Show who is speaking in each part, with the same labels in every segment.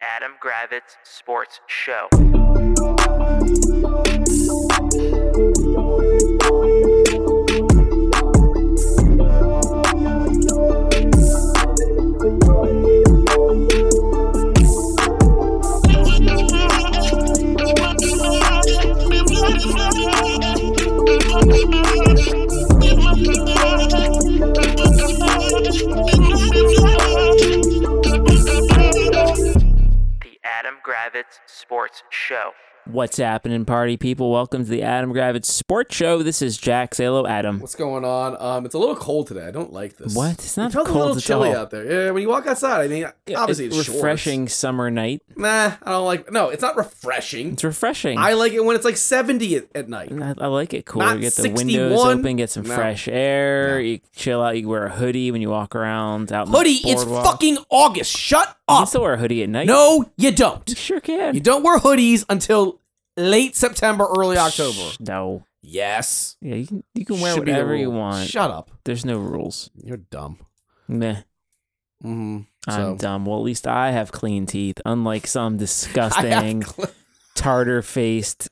Speaker 1: Adam Gravitz Sports Show. The Adam Gravitz Sports Show.
Speaker 2: What's happening, party people? Welcome to the Adam Gravitz Sports Show. This is Jack Zalo. Adam,
Speaker 3: What's going on? Um, it's a little cold today. I don't like this.
Speaker 2: What? It's not
Speaker 3: it feels
Speaker 2: cold
Speaker 3: A little
Speaker 2: at
Speaker 3: chilly
Speaker 2: all.
Speaker 3: out there. Yeah, when you walk outside, I mean, obviously it's,
Speaker 2: It's refreshing summer night.
Speaker 3: shorts. Nah, I don't like. No, it's not refreshing.
Speaker 2: It's refreshing.
Speaker 3: I like it when it's like seventy at, at night.
Speaker 2: I, I like it cool.
Speaker 3: Not
Speaker 2: You get the
Speaker 3: 61.
Speaker 2: windows open, get some
Speaker 3: No.
Speaker 2: fresh air.
Speaker 3: No.
Speaker 2: You chill out. You wear a hoodie when you walk around. Out in the
Speaker 3: Hoodie, it's
Speaker 2: boardwalk.
Speaker 3: fucking August. Shut
Speaker 2: You
Speaker 3: up.
Speaker 2: can still wear a hoodie at night.
Speaker 3: no, you don't.
Speaker 2: you sure can.
Speaker 3: You don't wear hoodies until late September, early October.
Speaker 2: Shh, No,
Speaker 3: Yes.
Speaker 2: yeah, you can. You can wear
Speaker 3: Should be the
Speaker 2: whatever you
Speaker 3: rule.
Speaker 2: want.
Speaker 3: Shut up.
Speaker 2: There's no rules.
Speaker 3: You're dumb.
Speaker 2: Meh.
Speaker 3: Mm-hmm.
Speaker 2: I'm
Speaker 3: So-
Speaker 2: dumb. Well, at least I have clean teeth, unlike some disgusting tartar faced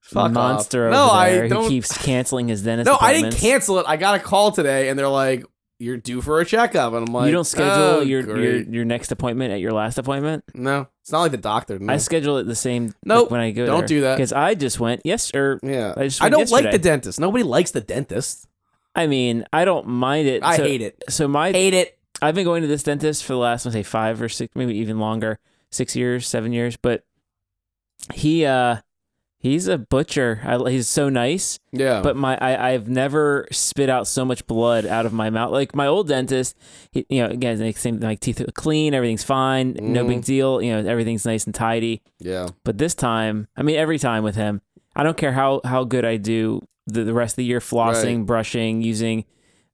Speaker 3: Fuck
Speaker 2: monster
Speaker 3: off.
Speaker 2: over
Speaker 3: no,
Speaker 2: there
Speaker 3: I
Speaker 2: who
Speaker 3: don't.
Speaker 2: keeps canceling his dentist
Speaker 3: No, I
Speaker 2: appointments.
Speaker 3: didn't cancel it. I got a call today, and they're like, "You're due for a checkup," and I'm like,
Speaker 2: you don't schedule
Speaker 3: "Oh,
Speaker 2: your, your
Speaker 3: great."
Speaker 2: your next appointment at your last appointment.
Speaker 3: no." It's not like the doctor. No.
Speaker 2: I schedule it the same like,
Speaker 3: Nope,
Speaker 2: when I go.
Speaker 3: don't do that.
Speaker 2: because I just went. Yes, sir.
Speaker 3: yeah,
Speaker 2: I just
Speaker 3: I
Speaker 2: went
Speaker 3: don't like
Speaker 2: yesterday.
Speaker 3: the dentist. Nobody likes the dentist.
Speaker 2: I mean, I don't mind it.
Speaker 3: I
Speaker 2: so,
Speaker 3: hate it.
Speaker 2: So my
Speaker 3: Hate it.
Speaker 2: I've been going to this dentist for the last, let's say, five or six, maybe even longer, six years, seven years. But he, uh, he's a butcher. I, he's so nice,
Speaker 3: Yeah,
Speaker 2: but my, I, I've never spit out so much blood out of my mouth. Like my old dentist, he, you know, again, like, same, like teeth are clean, everything's fine, no
Speaker 3: Mhm.
Speaker 2: big deal. You know, everything's nice and tidy.
Speaker 3: yeah,
Speaker 2: But this time, I mean, every time with him, I don't care how how good I do the, the rest of the year flossing, brushing, using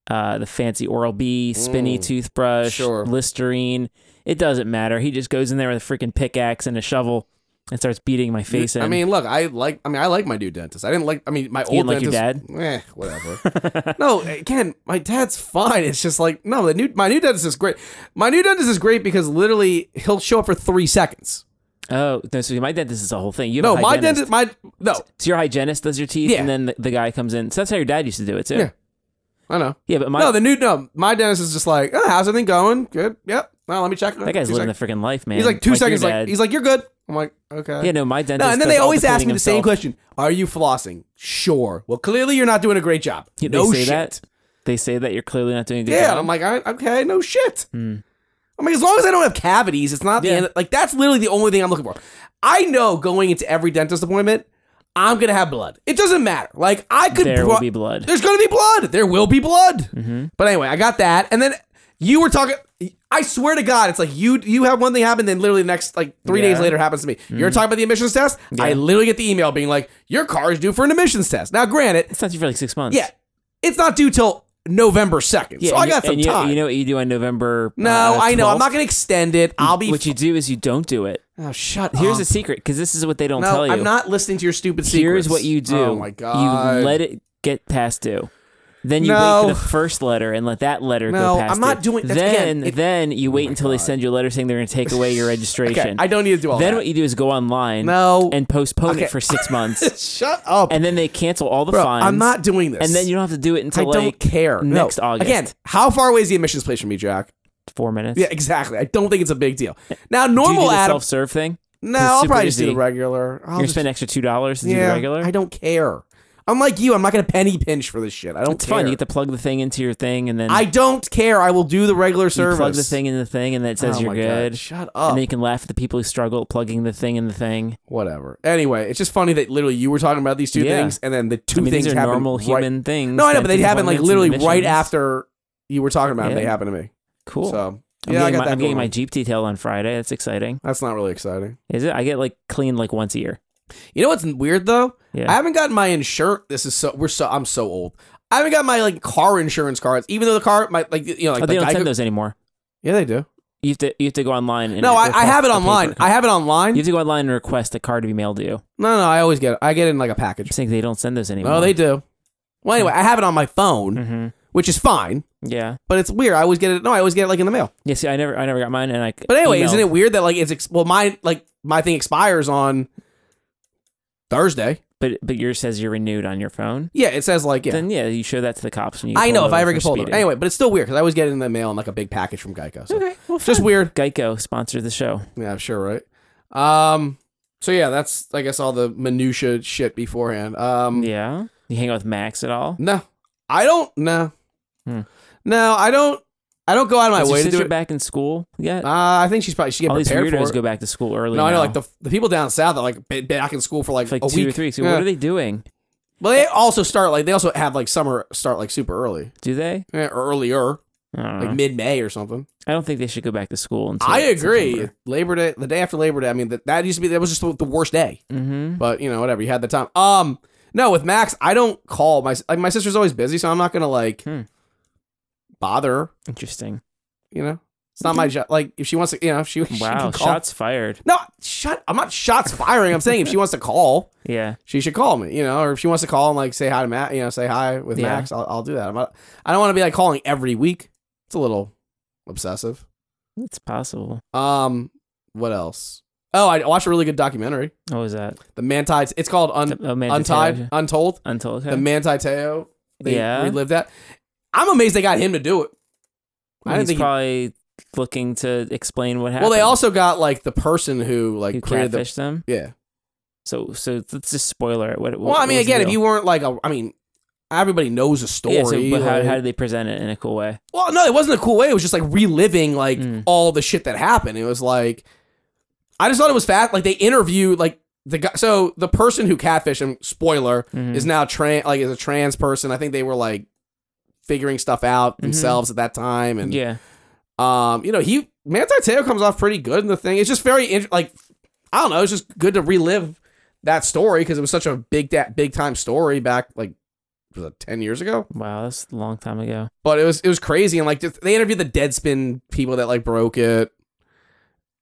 Speaker 2: uh, the fancy Oral B, spinny
Speaker 3: Mm,
Speaker 2: toothbrush,
Speaker 3: sure.
Speaker 2: Listerine. It doesn't matter. He just goes in there with a freaking pickaxe and a shovel and starts beating my face in.
Speaker 3: I mean, look, I like. I mean, I like my new dentist. I didn't like. I mean, my
Speaker 2: You didn't
Speaker 3: old
Speaker 2: like your
Speaker 3: dentist. Eh, whatever. no, again, my dad's fine. It's just like no, the new my new dentist is great. My new dentist is great because literally he'll show up for three seconds.
Speaker 2: oh, no, so my dentist is a whole thing. You have
Speaker 3: No,
Speaker 2: a
Speaker 3: my
Speaker 2: hygienist.
Speaker 3: dentist, my no,
Speaker 2: So your hygienist does your teeth,
Speaker 3: Yeah.
Speaker 2: and then the, the guy comes in. So that's how your dad used to do it too.
Speaker 3: Yeah. I know.
Speaker 2: Yeah, but my
Speaker 3: no, the new no. My dentist is just like, oh, how's everything going? Good. Yep. Now let me check.
Speaker 2: that guy's
Speaker 3: Two
Speaker 2: living
Speaker 3: sec-
Speaker 2: the freaking life, man.
Speaker 3: He's like two
Speaker 2: your
Speaker 3: seconds. Like
Speaker 2: dad.
Speaker 3: he's like, you're good. I'm like, okay.
Speaker 2: yeah, no, my dentist.
Speaker 3: no, and then
Speaker 2: does
Speaker 3: they
Speaker 2: all
Speaker 3: always
Speaker 2: the
Speaker 3: ask me the
Speaker 2: cleaning
Speaker 3: same
Speaker 2: himself.
Speaker 3: question: Are you flossing? Sure. Well, clearly you're not doing a great job.
Speaker 2: Yeah,
Speaker 3: no
Speaker 2: they say
Speaker 3: shit.
Speaker 2: that. They say that you're clearly not doing a good
Speaker 3: Yeah. And
Speaker 2: job.
Speaker 3: I'm like, I, okay, no shit. I mean, as long as I don't have cavities, it's not
Speaker 2: Hmm. Yeah.
Speaker 3: the end. Like that's literally the only thing I'm looking for. I know going into every dentist appointment, I'm gonna have blood. It doesn't matter. Like I could.
Speaker 2: there
Speaker 3: bro-
Speaker 2: will be blood. Mm-hmm.
Speaker 3: There's gonna be blood. There will be blood. But anyway, I got that, and then you were talking. I swear to God, it's like you you have one thing happen, then literally the next like three
Speaker 2: Yeah. Mm-hmm.
Speaker 3: days later happens to me. You're talking about the emissions test. I literally get the email being like, "Your car is due for an emissions test." Now, granted,
Speaker 2: It's not due for like six months.
Speaker 3: yeah, it's not due till November second, so
Speaker 2: and
Speaker 3: I
Speaker 2: you-
Speaker 3: got some
Speaker 2: and you,
Speaker 3: time.
Speaker 2: You know what you do on November?
Speaker 3: no,
Speaker 2: uh,
Speaker 3: I know. I'm
Speaker 2: 12th?
Speaker 3: not gonna extend it. I'll be.
Speaker 2: What you do is you don't do it.
Speaker 3: oh, shut
Speaker 2: Here's
Speaker 3: up.
Speaker 2: a secret, because this is what they don't
Speaker 3: no,
Speaker 2: tell you.
Speaker 3: I'm not listening to your stupid secrets.
Speaker 2: Here's what you do.
Speaker 3: Oh my god.
Speaker 2: You let it get past due. Then you wait
Speaker 3: No.
Speaker 2: for the first letter and let that letter
Speaker 3: No,
Speaker 2: go past.
Speaker 3: I'm not
Speaker 2: due.
Speaker 3: doing- that's-
Speaker 2: Then,
Speaker 3: again, it-
Speaker 2: then you wait until they send you a letter saying they're going to take away your registration.
Speaker 3: Okay, I don't need to do all
Speaker 2: then
Speaker 3: that.
Speaker 2: what you do is go online
Speaker 3: No.
Speaker 2: and postpone
Speaker 3: Okay.
Speaker 2: it for six months,
Speaker 3: shut up.
Speaker 2: and then they cancel all the
Speaker 3: Bro,
Speaker 2: fines.
Speaker 3: I'm not doing this.
Speaker 2: And then you don't have to do it
Speaker 3: I
Speaker 2: until
Speaker 3: don't
Speaker 2: like,
Speaker 3: care. No.
Speaker 2: next August.
Speaker 3: Again, how far away is the emissions place from me, Jack?
Speaker 2: four minutes.
Speaker 3: Yeah, exactly. I don't think it's a big deal. Now,
Speaker 2: Do you do
Speaker 3: normal
Speaker 2: the
Speaker 3: Adam.
Speaker 2: self serve thing? it's
Speaker 3: No, I'll
Speaker 2: super
Speaker 3: probably just do
Speaker 2: easy.
Speaker 3: the regular. I'll
Speaker 2: You're gonna
Speaker 3: just,
Speaker 2: spend an extra two dollars to
Speaker 3: yeah,
Speaker 2: do the regular.
Speaker 3: I don't care. I'm like you. I'm not going to penny pinch for this shit. I don't
Speaker 2: it's
Speaker 3: care.
Speaker 2: fun. You get to plug the thing into your thing, and then
Speaker 3: I don't care. I will do the regular
Speaker 2: you
Speaker 3: service.
Speaker 2: plug the thing in the thing, and then it says
Speaker 3: Oh
Speaker 2: you're
Speaker 3: my God,
Speaker 2: good.
Speaker 3: Shut
Speaker 2: And
Speaker 3: up.
Speaker 2: then you can laugh at the people who struggle at plugging the thing in the thing.
Speaker 3: Whatever. Anyway, it's just funny that literally you were talking about these two
Speaker 2: Yeah.
Speaker 3: things, and then the two
Speaker 2: I mean,
Speaker 3: things
Speaker 2: these are
Speaker 3: happen
Speaker 2: normal
Speaker 3: right-
Speaker 2: human things.
Speaker 3: No, I know,
Speaker 2: that
Speaker 3: but they
Speaker 2: people
Speaker 3: happen like
Speaker 2: want to
Speaker 3: literally
Speaker 2: submissions.
Speaker 3: right after you were talking about them.
Speaker 2: Yeah.
Speaker 3: They happen to me.
Speaker 2: Cool.
Speaker 3: So
Speaker 2: I'm
Speaker 3: yeah, I
Speaker 2: getting,
Speaker 3: got
Speaker 2: my,
Speaker 3: that
Speaker 2: I'm getting
Speaker 3: going
Speaker 2: my
Speaker 3: on.
Speaker 2: Jeep detail on Friday. That's exciting.
Speaker 3: That's not really exciting.
Speaker 2: Is it? I get like cleaned like once a year.
Speaker 3: You know what's weird though?
Speaker 2: Yeah.
Speaker 3: I haven't gotten my insurance. This is so we're so I'm so old. I haven't got my like car insurance cards, even though the car my like you know like
Speaker 2: oh, they
Speaker 3: the
Speaker 2: don't
Speaker 3: Geico-
Speaker 2: send those anymore.
Speaker 3: Yeah, they do.
Speaker 2: You have to you have to go online. And
Speaker 3: No, I, I
Speaker 2: request
Speaker 3: have it
Speaker 2: the
Speaker 3: online.
Speaker 2: paper.
Speaker 3: I have it online.
Speaker 2: You have to go online and request a card to be mailed to you.
Speaker 3: No, no, I always get it. I get it in like a
Speaker 2: I'm
Speaker 3: package.
Speaker 2: saying they don't send those anymore.
Speaker 3: No, they do. Well, anyway, I have it on my phone,
Speaker 2: Mhm.
Speaker 3: which is fine,
Speaker 2: Yeah.
Speaker 3: but it's weird. I always get it. No, I always get it like in the mail.
Speaker 2: Yeah. See, I never, I never got mine, and I.
Speaker 3: But anyway, isn't
Speaker 2: emailed.
Speaker 3: it weird that like it's ex- well my like my thing expires on Thursday.
Speaker 2: But but yours says you're renewed on your phone.
Speaker 3: Yeah, it says like yeah.
Speaker 2: Then yeah, you show that to the cops. And you
Speaker 3: I
Speaker 2: pull
Speaker 3: know if
Speaker 2: over
Speaker 3: I ever
Speaker 2: for
Speaker 3: get pulled over.
Speaker 2: speeding.
Speaker 3: Anyway, but it's still weird because I always get it in the mail in like a big package from Geico. So.
Speaker 2: Okay. Well,
Speaker 3: Just
Speaker 2: fine.
Speaker 3: weird.
Speaker 2: Geico sponsored the show.
Speaker 3: Yeah, sure, right. Um, so yeah, that's I guess all the minutia shit beforehand. Um,
Speaker 2: Yeah. You hang out with Max at all?
Speaker 3: no, I don't. No,
Speaker 2: Hmm.
Speaker 3: no, I don't. I don't go out of my
Speaker 2: Is
Speaker 3: way
Speaker 2: your
Speaker 3: to do
Speaker 2: sister
Speaker 3: it.
Speaker 2: back in school yet?
Speaker 3: uh, I think she's probably she get
Speaker 2: all these
Speaker 3: prepared
Speaker 2: weirdos
Speaker 3: for. It.
Speaker 2: go back to school early.
Speaker 3: no, I know,
Speaker 2: now.
Speaker 3: like the the people down south are like ba- back in school for like,
Speaker 2: It's like
Speaker 3: a
Speaker 2: two
Speaker 3: week.
Speaker 2: or three. So
Speaker 3: Yeah.
Speaker 2: what are they doing?
Speaker 3: Well, they also start like they also have like summer start like super early
Speaker 2: Do they?
Speaker 3: yeah, or earlier,
Speaker 2: I don't, know.
Speaker 3: like mid May or something.
Speaker 2: I don't think they should go back to school. Until
Speaker 3: I agree. Labor Day, the day after Labor Day. I mean, that that used to be that was just the, the worst day.
Speaker 2: Mm-hmm.
Speaker 3: but you know whatever you had the time um no with max i don't call my like my sister's always busy so i'm not gonna like
Speaker 2: Hmm.
Speaker 3: bother her,
Speaker 2: Interesting.
Speaker 3: you know it's not my job like if she wants to you know if she, she
Speaker 2: Wow.
Speaker 3: can call
Speaker 2: Shots fired.
Speaker 3: no shut i'm not shots firing i'm saying if she wants to call
Speaker 2: Yeah.
Speaker 3: she should call me you know or if she wants to call and like say hi to matt you know say hi with
Speaker 2: Yeah.
Speaker 3: max I'll, I'll do that i'm not i don't want to be like calling every week it's a little obsessive
Speaker 2: It's possible.
Speaker 3: um what else oh i watched a really good documentary
Speaker 2: What was that?
Speaker 3: the mantides it's called Un-
Speaker 2: The- oh, man, the
Speaker 3: untied Uh,
Speaker 2: Taylor-
Speaker 3: untold
Speaker 2: Untold.
Speaker 3: the manti teo They
Speaker 2: yeah.
Speaker 3: relived that. I'm amazed they got him to do it. I didn't
Speaker 2: He's
Speaker 3: think. he-
Speaker 2: probably looking to explain what happened.
Speaker 3: well, they also got like the person who like
Speaker 2: who
Speaker 3: created the.
Speaker 2: catfished them.
Speaker 3: Yeah.
Speaker 2: So so let's just spoiler it. What? what
Speaker 3: Well, I
Speaker 2: what
Speaker 3: mean,
Speaker 2: was the
Speaker 3: again, if
Speaker 2: deal?
Speaker 3: you weren't like a, I mean, everybody knows a story.
Speaker 2: yeah. So but how
Speaker 3: like-
Speaker 2: how did they present it in a cool way?
Speaker 3: well, no, it wasn't a cool way. It was just like reliving like
Speaker 2: Mm.
Speaker 3: all the shit that happened. It was like, I just thought it was fat. Like they interviewed like the guy. So the person who catfished him, spoiler,
Speaker 2: Mhm.
Speaker 3: is now trans. Like is a trans person. I think they were like figuring stuff out themselves at that time. And
Speaker 2: Mm-hmm. yeah.
Speaker 3: Um, you know, he Manti Te'o comes off pretty good in the thing. It's just very int- like I don't know. It's just good to relive that story because it was such a big that big time story back like was it ten years ago.
Speaker 2: Wow, that's a long time ago.
Speaker 3: But it was it was crazy and like just, they interviewed the Deadspin people that like broke it.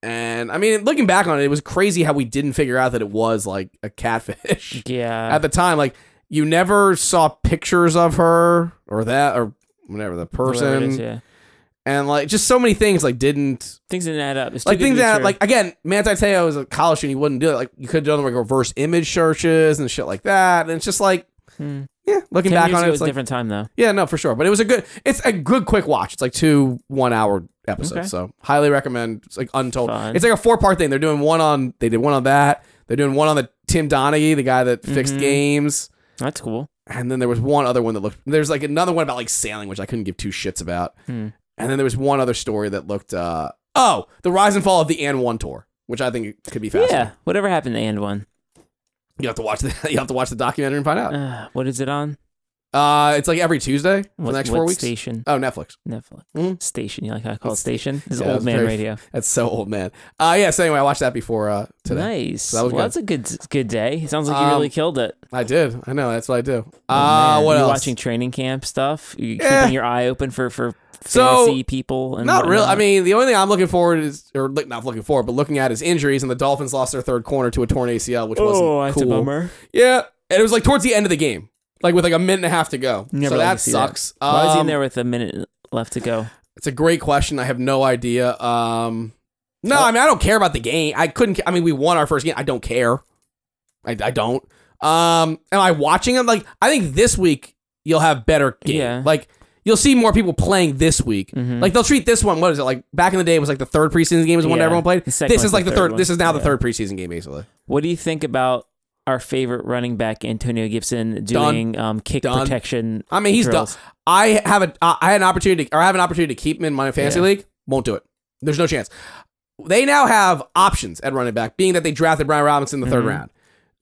Speaker 3: And I mean, looking back on it, it was crazy how we didn't figure out that it was like a catfish
Speaker 2: Yeah.
Speaker 3: at the time. Like you never saw pictures of her or that or whatever
Speaker 2: Whatever
Speaker 3: the person,
Speaker 2: it is, yeah.
Speaker 3: and like just so many things like didn't
Speaker 2: Things didn't add up. It's too
Speaker 3: like
Speaker 2: good to
Speaker 3: things
Speaker 2: be
Speaker 3: that
Speaker 2: true.
Speaker 3: like again, Manti Te'o is a college student. He wouldn't do it. Like you could have done like reverse image searches and shit like that. And it's just like
Speaker 2: Hmm.
Speaker 3: yeah, looking
Speaker 2: Ten
Speaker 3: back
Speaker 2: years
Speaker 3: on
Speaker 2: ago
Speaker 3: it,
Speaker 2: was
Speaker 3: it's
Speaker 2: a
Speaker 3: like
Speaker 2: different time though.
Speaker 3: yeah, no, for sure. But it was a good. It's a good quick watch. It's like two one hour episodes.
Speaker 2: Okay.
Speaker 3: So highly recommend. It's like untold.
Speaker 2: Fun.
Speaker 3: It's like a four part thing. They're doing one on. They did one on that. They're doing one on the Tim Donaghy, the guy that fixed
Speaker 2: Mhm.
Speaker 3: games.
Speaker 2: That's cool.
Speaker 3: And then there was one other one that looked. There's like another one about like sailing, which I couldn't give two shits about.
Speaker 2: Hmm.
Speaker 3: And then there was one other story that looked. uh Oh, the rise and fall of the N one tour, which I think could be fascinating.
Speaker 2: Yeah. Whatever happened to and one?
Speaker 3: You have to watch the you have to watch the documentary and find out.
Speaker 2: Uh, what is it on?
Speaker 3: Uh, it's like every Tuesday for
Speaker 2: What,
Speaker 3: the next
Speaker 2: what
Speaker 3: four weeks.
Speaker 2: Station.
Speaker 3: Oh, Netflix.
Speaker 2: Netflix.
Speaker 3: Mhm.
Speaker 2: Station. You like how I call it station? This is
Speaker 3: Yeah,
Speaker 2: old
Speaker 3: that's
Speaker 2: man
Speaker 3: very-
Speaker 2: radio.
Speaker 3: That's so old, man. Uh, yeah. So anyway, I watched that before uh, today.
Speaker 2: Nice.
Speaker 3: that was
Speaker 2: well,
Speaker 3: good.
Speaker 2: that's a good good day. It sounds like you
Speaker 3: Um,
Speaker 2: really killed it.
Speaker 3: I did. I know. That's what I do.
Speaker 2: Oh,
Speaker 3: Uh,
Speaker 2: man.
Speaker 3: what
Speaker 2: you
Speaker 3: else?
Speaker 2: Watching training camp stuff. You
Speaker 3: Yeah.
Speaker 2: keeping your eye open for for
Speaker 3: So,
Speaker 2: fantasy people and
Speaker 3: Not
Speaker 2: whatnot?
Speaker 3: real. I mean, the only thing I'm looking forward is, or look- not looking forward, but looking at is injuries. And the Dolphins lost their third corner to a torn ACL, which
Speaker 2: oh,
Speaker 3: wasn't
Speaker 2: that's
Speaker 3: cool.
Speaker 2: a bummer.
Speaker 3: Yeah, and it was like towards the end of the game, like with like a minute and a half to go.
Speaker 2: Never
Speaker 3: so
Speaker 2: like
Speaker 3: that
Speaker 2: to see that.
Speaker 3: sucks.
Speaker 2: Why is he in
Speaker 3: Um,
Speaker 2: there with a minute left to go?
Speaker 3: It's a great question. I have no idea. Um, no, I mean I don't care about the game. I couldn't. I mean we won our first game. I don't care. I, I don't. Um, am I watching them? Like I think this week you'll have better game.
Speaker 2: Yeah.
Speaker 3: Like you'll see more people playing this week.
Speaker 2: Mhm.
Speaker 3: Like they'll treat this one. What is it like? Back in the day, it was like the third preseason game is the one
Speaker 2: Yeah.
Speaker 3: everyone played.
Speaker 2: The
Speaker 3: This
Speaker 2: second
Speaker 3: is
Speaker 2: one's
Speaker 3: like the
Speaker 2: the
Speaker 3: third.
Speaker 2: third
Speaker 3: this
Speaker 2: one.
Speaker 3: is now the
Speaker 2: Yeah.
Speaker 3: third preseason game, basically.
Speaker 2: What do you think about our favorite running back Antonio Gibson doing um, kick
Speaker 3: Done.
Speaker 2: protection?
Speaker 3: I mean, he's done.
Speaker 2: drills?
Speaker 3: I have a I I had an opportunity, or I have an opportunity to keep him in my fantasy
Speaker 2: Yeah.
Speaker 3: league. Won't do it. There's no chance. They now have options at running back, being that they drafted Brian Robinson in the third
Speaker 2: Mm-hmm.
Speaker 3: round.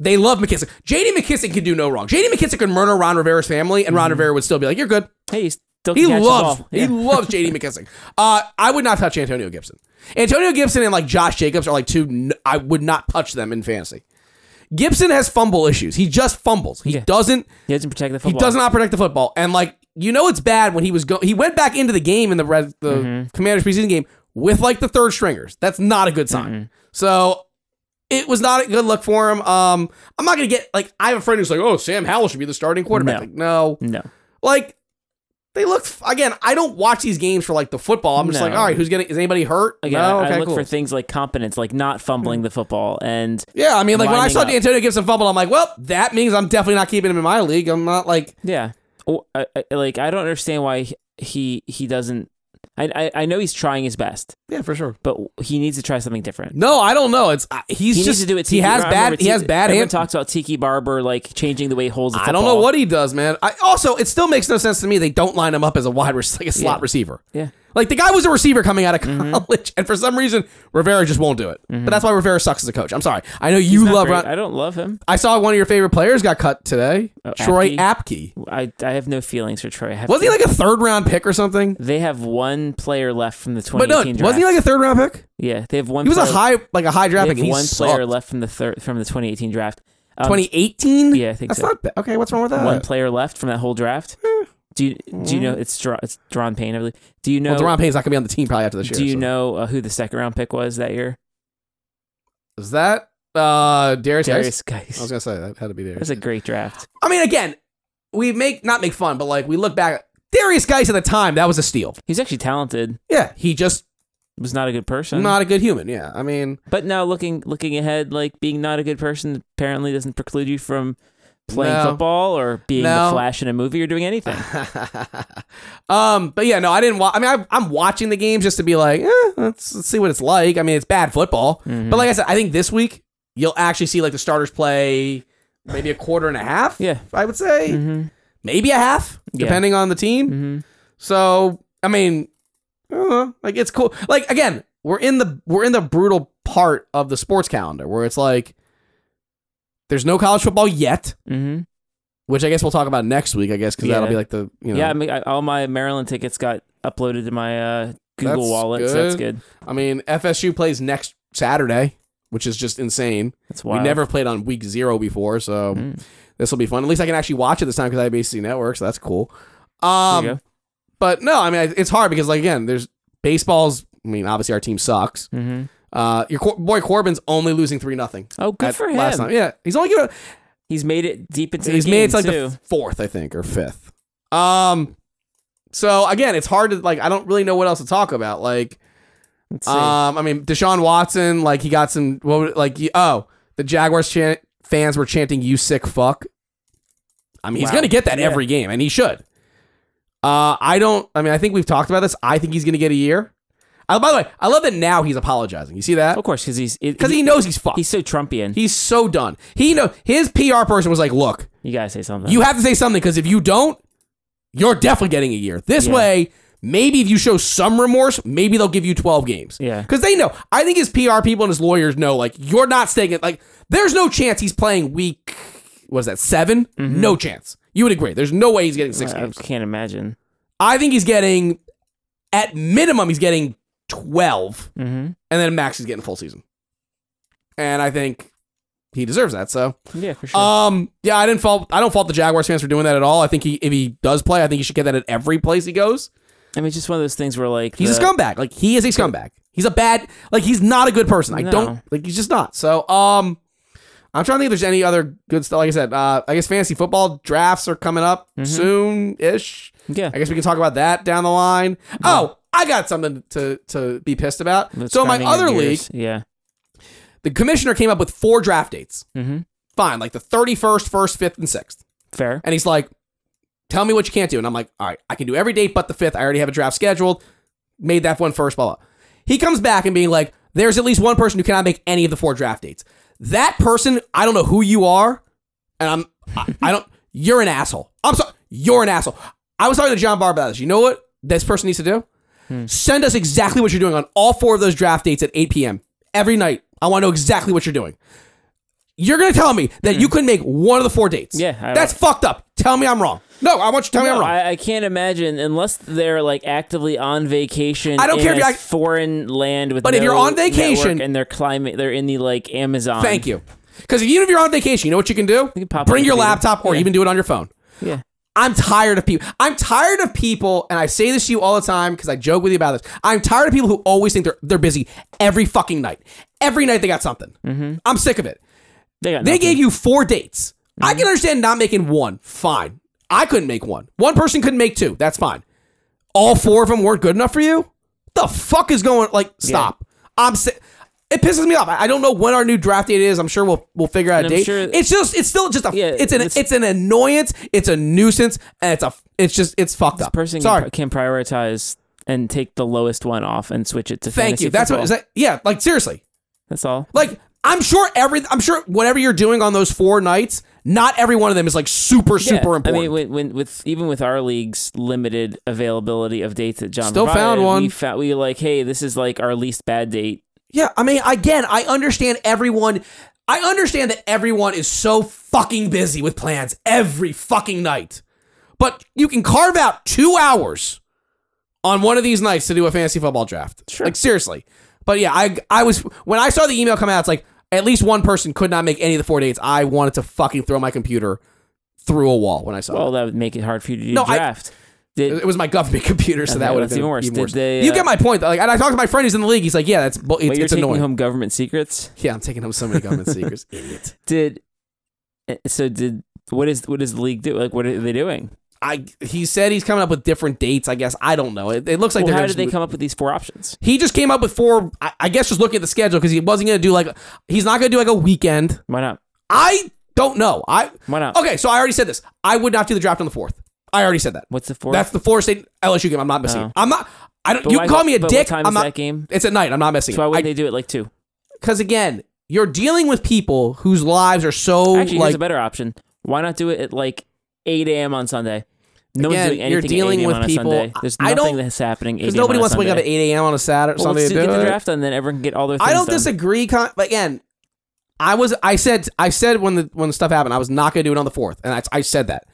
Speaker 3: They love McKissick. J.D. McKissick can do no wrong. J.D. McKissick could murder Ron Rivera's family, and Ron Rivera would still be like, "You're good."
Speaker 2: Hey, he's still
Speaker 3: He
Speaker 2: can Mm-hmm. catch the
Speaker 3: loves
Speaker 2: ball. Yeah.
Speaker 3: he loves J.D. McKissick. Uh, I would not touch Antonio Gibson. Antonio Gibson and like Josh Jacobs are like two. n- I would not touch them in fantasy. Gibson has fumble issues. He just fumbles. He
Speaker 2: Yeah.
Speaker 3: doesn't.
Speaker 2: He doesn't protect the
Speaker 3: He
Speaker 2: football.
Speaker 3: does not protect the football, and like you know, it's bad when he was go. He went back into the game in the red the
Speaker 2: Mm-hmm.
Speaker 3: Commanders preseason game with like the third stringers. That's not a good sign.
Speaker 2: Mm-hmm.
Speaker 3: So it was not a good look for him. Um, I'm
Speaker 2: Mm.
Speaker 3: not gonna get like I have a friend who's like, oh, Sam Howell should be the starting quarterback.
Speaker 2: No.
Speaker 3: Like, no,
Speaker 2: No.
Speaker 3: like They looked f- again. I don't watch these games for like the football. I'm just
Speaker 2: No.
Speaker 3: like, all right, who's getting? Is anybody hurt?
Speaker 2: Again,
Speaker 3: no,
Speaker 2: I-
Speaker 3: okay,
Speaker 2: I look
Speaker 3: cool. Mm.
Speaker 2: for things like competence, like not fumbling the football, and
Speaker 3: yeah, I mean, like when I
Speaker 2: lining
Speaker 3: saw
Speaker 2: up.
Speaker 3: D'Antonio Gibson fumble, I'm like, well, that means I'm definitely not keeping him in my league. I'm not like,
Speaker 2: yeah, Or- I- I- like I don't understand why he he doesn't. I, I I know he's trying his best,
Speaker 3: yeah, for sure.
Speaker 2: but he needs to try something different.
Speaker 3: No, I don't know. It's uh, he's
Speaker 2: he
Speaker 3: just
Speaker 2: needs to do it.
Speaker 3: he has
Speaker 2: I remember
Speaker 3: bad. He has
Speaker 2: Tiki-
Speaker 3: bad
Speaker 2: everyone
Speaker 3: hand.
Speaker 2: Talks about Tiki Barber like changing the way he holds the
Speaker 3: I
Speaker 2: football.
Speaker 3: don't know what he does, man. I also it still makes no sense to me. They don't line him up as a wide, rec- like a slot
Speaker 2: Yeah.
Speaker 3: receiver.
Speaker 2: Yeah,
Speaker 3: Like the guy was a receiver coming out of college, and for some reason Rivera just won't do it. But that's why Rivera sucks as a coach. I'm sorry. I know you
Speaker 2: Not
Speaker 3: love.
Speaker 2: great.
Speaker 3: Ron-
Speaker 2: I don't love him.
Speaker 3: I saw one of your favorite players got cut today.
Speaker 2: Oh,
Speaker 3: Troy Apke.
Speaker 2: I I have no feelings for Troy. I have-
Speaker 3: Wasn't he like a third round pick or something?
Speaker 2: They have one player left from the
Speaker 3: But no,
Speaker 2: 2018 draft.
Speaker 3: wasn't he like a third round pick?
Speaker 2: yeah, they have one.
Speaker 3: He was a
Speaker 2: player,
Speaker 3: high, like a high
Speaker 2: They
Speaker 3: draft
Speaker 2: have
Speaker 3: pick. and He
Speaker 2: one player
Speaker 3: sucked.
Speaker 2: left from the third from the 2018 draft. Um,
Speaker 3: 2018.
Speaker 2: Yeah, I think
Speaker 3: that's
Speaker 2: so.
Speaker 3: not bad. Okay, what's wrong with that?
Speaker 2: one player left from that whole draft.
Speaker 3: eh.
Speaker 2: Do you do you know it's Dra- it's Deron Payne? I believe. Do you know?
Speaker 3: Mm. well, Deron Payne's not gonna be on the team probably after this year.
Speaker 2: do you
Speaker 3: so.
Speaker 2: know uh, who the second round pick was that year?
Speaker 3: Is that uh Darius?
Speaker 2: Darius
Speaker 3: Geis? I was
Speaker 2: Geis.
Speaker 3: gonna say that had to be
Speaker 2: That
Speaker 3: Darius.
Speaker 2: was a great draft.
Speaker 3: I mean, again, we make not make fun, but like we look back, Darius Geis at the time that was a steal.
Speaker 2: He's actually talented.
Speaker 3: Yeah, he just
Speaker 2: Was not a good person.
Speaker 3: not a good human. Yeah, I mean,
Speaker 2: but now looking looking ahead, like being not a good person apparently doesn't preclude you from playing
Speaker 3: No.
Speaker 2: football or being
Speaker 3: No.
Speaker 2: the Flash in a movie or doing anything.
Speaker 3: um, but yeah, no, I didn't. Wa- I mean, I, I'm watching the games just to be like, eh, let's, let's see what it's like. I mean, it's bad football,
Speaker 2: Mm-hmm.
Speaker 3: but like I said, I think this week you'll actually see like the starters play maybe a quarter and a half.
Speaker 2: Yeah.
Speaker 3: I would say
Speaker 2: Mhm.
Speaker 3: maybe a half,
Speaker 2: Yeah.
Speaker 3: depending on the team.
Speaker 2: Mhm.
Speaker 3: So I mean, I don't know. like it's cool. Like again, we're in the we're in the brutal part of the sports calendar where it's like there's no college football yet,
Speaker 2: Mm-hmm.
Speaker 3: which I guess we'll talk about next week. I guess because that'll
Speaker 2: Yeah.
Speaker 3: be like the you know.
Speaker 2: Yeah, I mean, I, all my Maryland tickets got uploaded to my uh, Google
Speaker 3: That's
Speaker 2: Wallet, so that's
Speaker 3: good.
Speaker 2: good.
Speaker 3: I mean, FSU plays next Saturday, which is just insane.
Speaker 2: That's wild.
Speaker 3: We never played on week zero before, so
Speaker 2: Mm.
Speaker 3: this will be fun. At least I can actually watch it this time because I have ABC Network, so that's cool.
Speaker 2: There
Speaker 3: Um,
Speaker 2: you go.
Speaker 3: but no, I mean it's hard because like again, there's baseball's. I mean, obviously our team sucks.
Speaker 2: Mhm.
Speaker 3: Uh, your Cor- boy Corbin's only losing three nothing.
Speaker 2: Oh, good for him.
Speaker 3: Last time, yeah, he's only given.
Speaker 2: He's made it deep into
Speaker 3: He's
Speaker 2: the game
Speaker 3: made it to like
Speaker 2: too.
Speaker 3: the fourth, I think, or fifth. Um, so again, it's hard to like. I don't really know what else to talk about. Like,
Speaker 2: Let's see.
Speaker 3: um, I mean, Deshaun Watson, like he got some. What would, like he- oh, the Jaguars chan- fans were chanting "You sick fuck." I mean, he's
Speaker 2: Wow.
Speaker 3: gonna get that
Speaker 2: Yeah.
Speaker 3: every game, and he should. Uh, I don't. I mean, I think we've talked about this. I think he's gonna get a year. Uh, by the way, I love that now he's apologizing. You see that?
Speaker 2: of course, because he's
Speaker 3: Because he knows he's fucked.
Speaker 2: he's so Trumpian.
Speaker 3: He's so done. He know his PR person was like, "Look,
Speaker 2: you gotta say something.
Speaker 3: you have to say something because if you don't, you're definitely getting a year. This
Speaker 2: Yeah.
Speaker 3: way, maybe if you show some remorse, maybe they'll give you 12 games.
Speaker 2: Yeah.
Speaker 3: because they know. I think his PR people and his lawyers know. Like, you're not staying. at- Like, there's no chance he's playing week. What is that 7
Speaker 2: Mm-hmm.
Speaker 3: No chance. You would agree. There's no way he's getting six
Speaker 2: I, I
Speaker 3: games.
Speaker 2: can't imagine.
Speaker 3: I think he's getting, at minimum, he's getting 12
Speaker 2: hmm
Speaker 3: and then Max is getting full season. And I think he deserves that. So,
Speaker 2: Yeah, for sure.
Speaker 3: um, yeah, I didn't fault. I don't fault the Jaguars fans for doing that at all. I think he, if he does play, I think he should get that at every place he goes.
Speaker 2: I mean, it's just one of those things where like
Speaker 3: He's
Speaker 2: the-
Speaker 3: a scumbag. Like he is a scumbag. He's a bad. Like he's not a good person. I
Speaker 2: No.
Speaker 3: don't like. He's just not. So, um, I'm trying to think if there's any other good stuff. Like I said, uh, I guess fantasy football drafts are coming up
Speaker 2: Mm-hmm.
Speaker 3: soon ish.
Speaker 2: Yeah,
Speaker 3: I guess we can talk about that down the line. Oh, I got something to to be pissed about.
Speaker 2: That's
Speaker 3: so my
Speaker 2: grinding your
Speaker 3: other league,
Speaker 2: gears. Yeah.
Speaker 3: the commissioner came up with four draft dates.
Speaker 2: hmm
Speaker 3: Fine, like the 31st, 1st, 5th, and 6th.
Speaker 2: Fair.
Speaker 3: And he's like, tell me what you can't do. And I'm like, all right, I can do every date but the 5th. I already have a draft scheduled. Made that one first, blah, blah. He comes back and being like, there's at least one person who cannot make any of the four draft dates. That person, I don't know who you are. And I'm, I, I don't, you're an asshole. I'm sorry. You're an asshole. I was talking to John Barr about this. You know what this person needs to do?
Speaker 2: Hmm.
Speaker 3: Send us exactly what you're doing on all four of those draft dates at 8 p.m. every night. I want to know exactly what you're doing. You're gonna tell me that you couldn't make one of the four dates.
Speaker 2: Hmm. Yeah, I-
Speaker 3: that's fucked up. Tell me I'm wrong. No, I want you to tell me I'm
Speaker 2: No,
Speaker 3: wrong.
Speaker 2: I, I can't imagine unless they're like actively on vacation.
Speaker 3: I don't
Speaker 2: in
Speaker 3: care if
Speaker 2: a
Speaker 3: you're-
Speaker 2: foreign land with.
Speaker 3: But if
Speaker 2: no
Speaker 3: you're on
Speaker 2: network
Speaker 3: vacation-
Speaker 2: and they're climate, they're in the like Amazon.
Speaker 3: Thank you. Because even if you're on vacation, you know what you can do?
Speaker 2: can pop on
Speaker 3: Bring
Speaker 2: the
Speaker 3: your
Speaker 2: computer.
Speaker 3: laptop or
Speaker 2: Yeah.
Speaker 3: even do it on your phone.
Speaker 2: Yeah.
Speaker 3: I'm tired of people. I'm tired of people, and I say this to you all the time because I joke with you about this. I'm tired of people who always think they're they're busy every fucking night. Every night they got something. I'm sick of it.
Speaker 2: They got.
Speaker 3: They
Speaker 2: nothing.
Speaker 3: gave you four dates. I can understand not making one. Fine. I couldn't make one. One person couldn't make two. That's fine. All four of them weren't good enough for you. The fuck is going like stop? I'm. Si- it pisses me off. I I don't know when our new draft date is. I'm sure we'll we'll figure out
Speaker 2: And
Speaker 3: a
Speaker 2: I'm
Speaker 3: date.
Speaker 2: sure-
Speaker 3: it's just it's still just a
Speaker 2: Yeah,
Speaker 3: it's an
Speaker 2: this-
Speaker 3: it's an annoyance. It's a nuisance, and it's a it's just it's fucked up.
Speaker 2: person
Speaker 3: Sorry.
Speaker 2: can, can prioritize and take the lowest one off and switch it to
Speaker 3: Thank
Speaker 2: fantasy
Speaker 3: you. That's what
Speaker 2: football.
Speaker 3: is that. Yeah, like seriously,
Speaker 2: That's all.
Speaker 3: like I'm sure every I'm sure whatever you're doing on those four nights, not every one of them is like super
Speaker 2: Yeah,
Speaker 3: super important.
Speaker 2: I mean, when, when, with even with our league's limited availability of dates that John
Speaker 3: Still
Speaker 2: provided,
Speaker 3: found one.
Speaker 2: We found we were like, hey, this is like our least bad date.
Speaker 3: yeah, I mean again, I understand everyone I understand that everyone is so fucking busy with plans every fucking night. But you can carve out 2 hours on one of these nights to do a fantasy football draft.
Speaker 2: Sure.
Speaker 3: Like seriously. But yeah, I I was when I saw the email come out, it's like at least one person could not make any of the four dates. I wanted to fucking throw my computer through a wall when I saw it.
Speaker 2: Well, that would make it hard for you to do
Speaker 3: No, I-
Speaker 2: draft. Did-
Speaker 3: It was my government computer, so
Speaker 2: Okay,
Speaker 3: that would have
Speaker 2: that's
Speaker 3: been
Speaker 2: even worse. Did they,
Speaker 3: you
Speaker 2: uh,
Speaker 3: get my point, though. Like, and I talked to my friend who's in the league. He's like, "Yeah, that's bu-
Speaker 2: wait,
Speaker 3: it's,
Speaker 2: you're
Speaker 3: it's
Speaker 2: taking
Speaker 3: annoying."
Speaker 2: home government secrets.
Speaker 3: Yeah, I'm taking home so many government secrets. Idiot.
Speaker 2: Did eh, so? Did what is what does the league do? Like, what are they doing?
Speaker 3: I he said he's coming up with different dates. I guess I don't know. It, it looks like
Speaker 2: Well,
Speaker 3: they're
Speaker 2: how
Speaker 3: gonna
Speaker 2: did they
Speaker 3: just-
Speaker 2: come up with these four options?
Speaker 3: He just came up with four. I, I guess just looking at the schedule because he wasn't gonna do like he's not gonna do like a weekend.
Speaker 2: Why not?
Speaker 3: I don't know. I
Speaker 2: Why not?
Speaker 3: okay. So I already said this. I would not do the draft on the fourth. I already said that.
Speaker 2: What's the fourth?
Speaker 3: That's the Florida State LSU game. I'm not missing.
Speaker 2: Oh.
Speaker 3: it. I'm not. I don't.
Speaker 2: But
Speaker 3: you
Speaker 2: why-
Speaker 3: can call me a
Speaker 2: but
Speaker 3: dick.
Speaker 2: What time
Speaker 3: I'm
Speaker 2: is
Speaker 3: not.
Speaker 2: that game?
Speaker 3: It's at night. I'm not missing.
Speaker 2: So why
Speaker 3: it. I-
Speaker 2: wouldn't they do it like two?
Speaker 3: because again, you're dealing with people whose lives are so
Speaker 2: Actually, here's
Speaker 3: Oh, like
Speaker 2: a better option. Why not do it at like 8 a.m. on Sunday? No
Speaker 3: Again,
Speaker 2: one's doing anything
Speaker 3: you're
Speaker 2: at
Speaker 3: dealing
Speaker 2: 8 a.m.
Speaker 3: with
Speaker 2: on a
Speaker 3: people-
Speaker 2: Sunday. There's
Speaker 3: I
Speaker 2: nothing
Speaker 3: don't-
Speaker 2: that's happening. 8
Speaker 3: because
Speaker 2: a.m.
Speaker 3: nobody
Speaker 2: on a
Speaker 3: wants to
Speaker 2: Sunday.
Speaker 3: wake up at 8 a.m. on a Saturday.
Speaker 2: Well,
Speaker 3: Sunday
Speaker 2: let's
Speaker 3: to
Speaker 2: do- get
Speaker 3: do
Speaker 2: the
Speaker 3: it.
Speaker 2: draft done, then everyone can get all their. Things
Speaker 3: I don't
Speaker 2: done.
Speaker 3: disagree. Con- but again, I was I said I said when the when the stuff happened, I was not going to do it on the fourth, and I, I said that.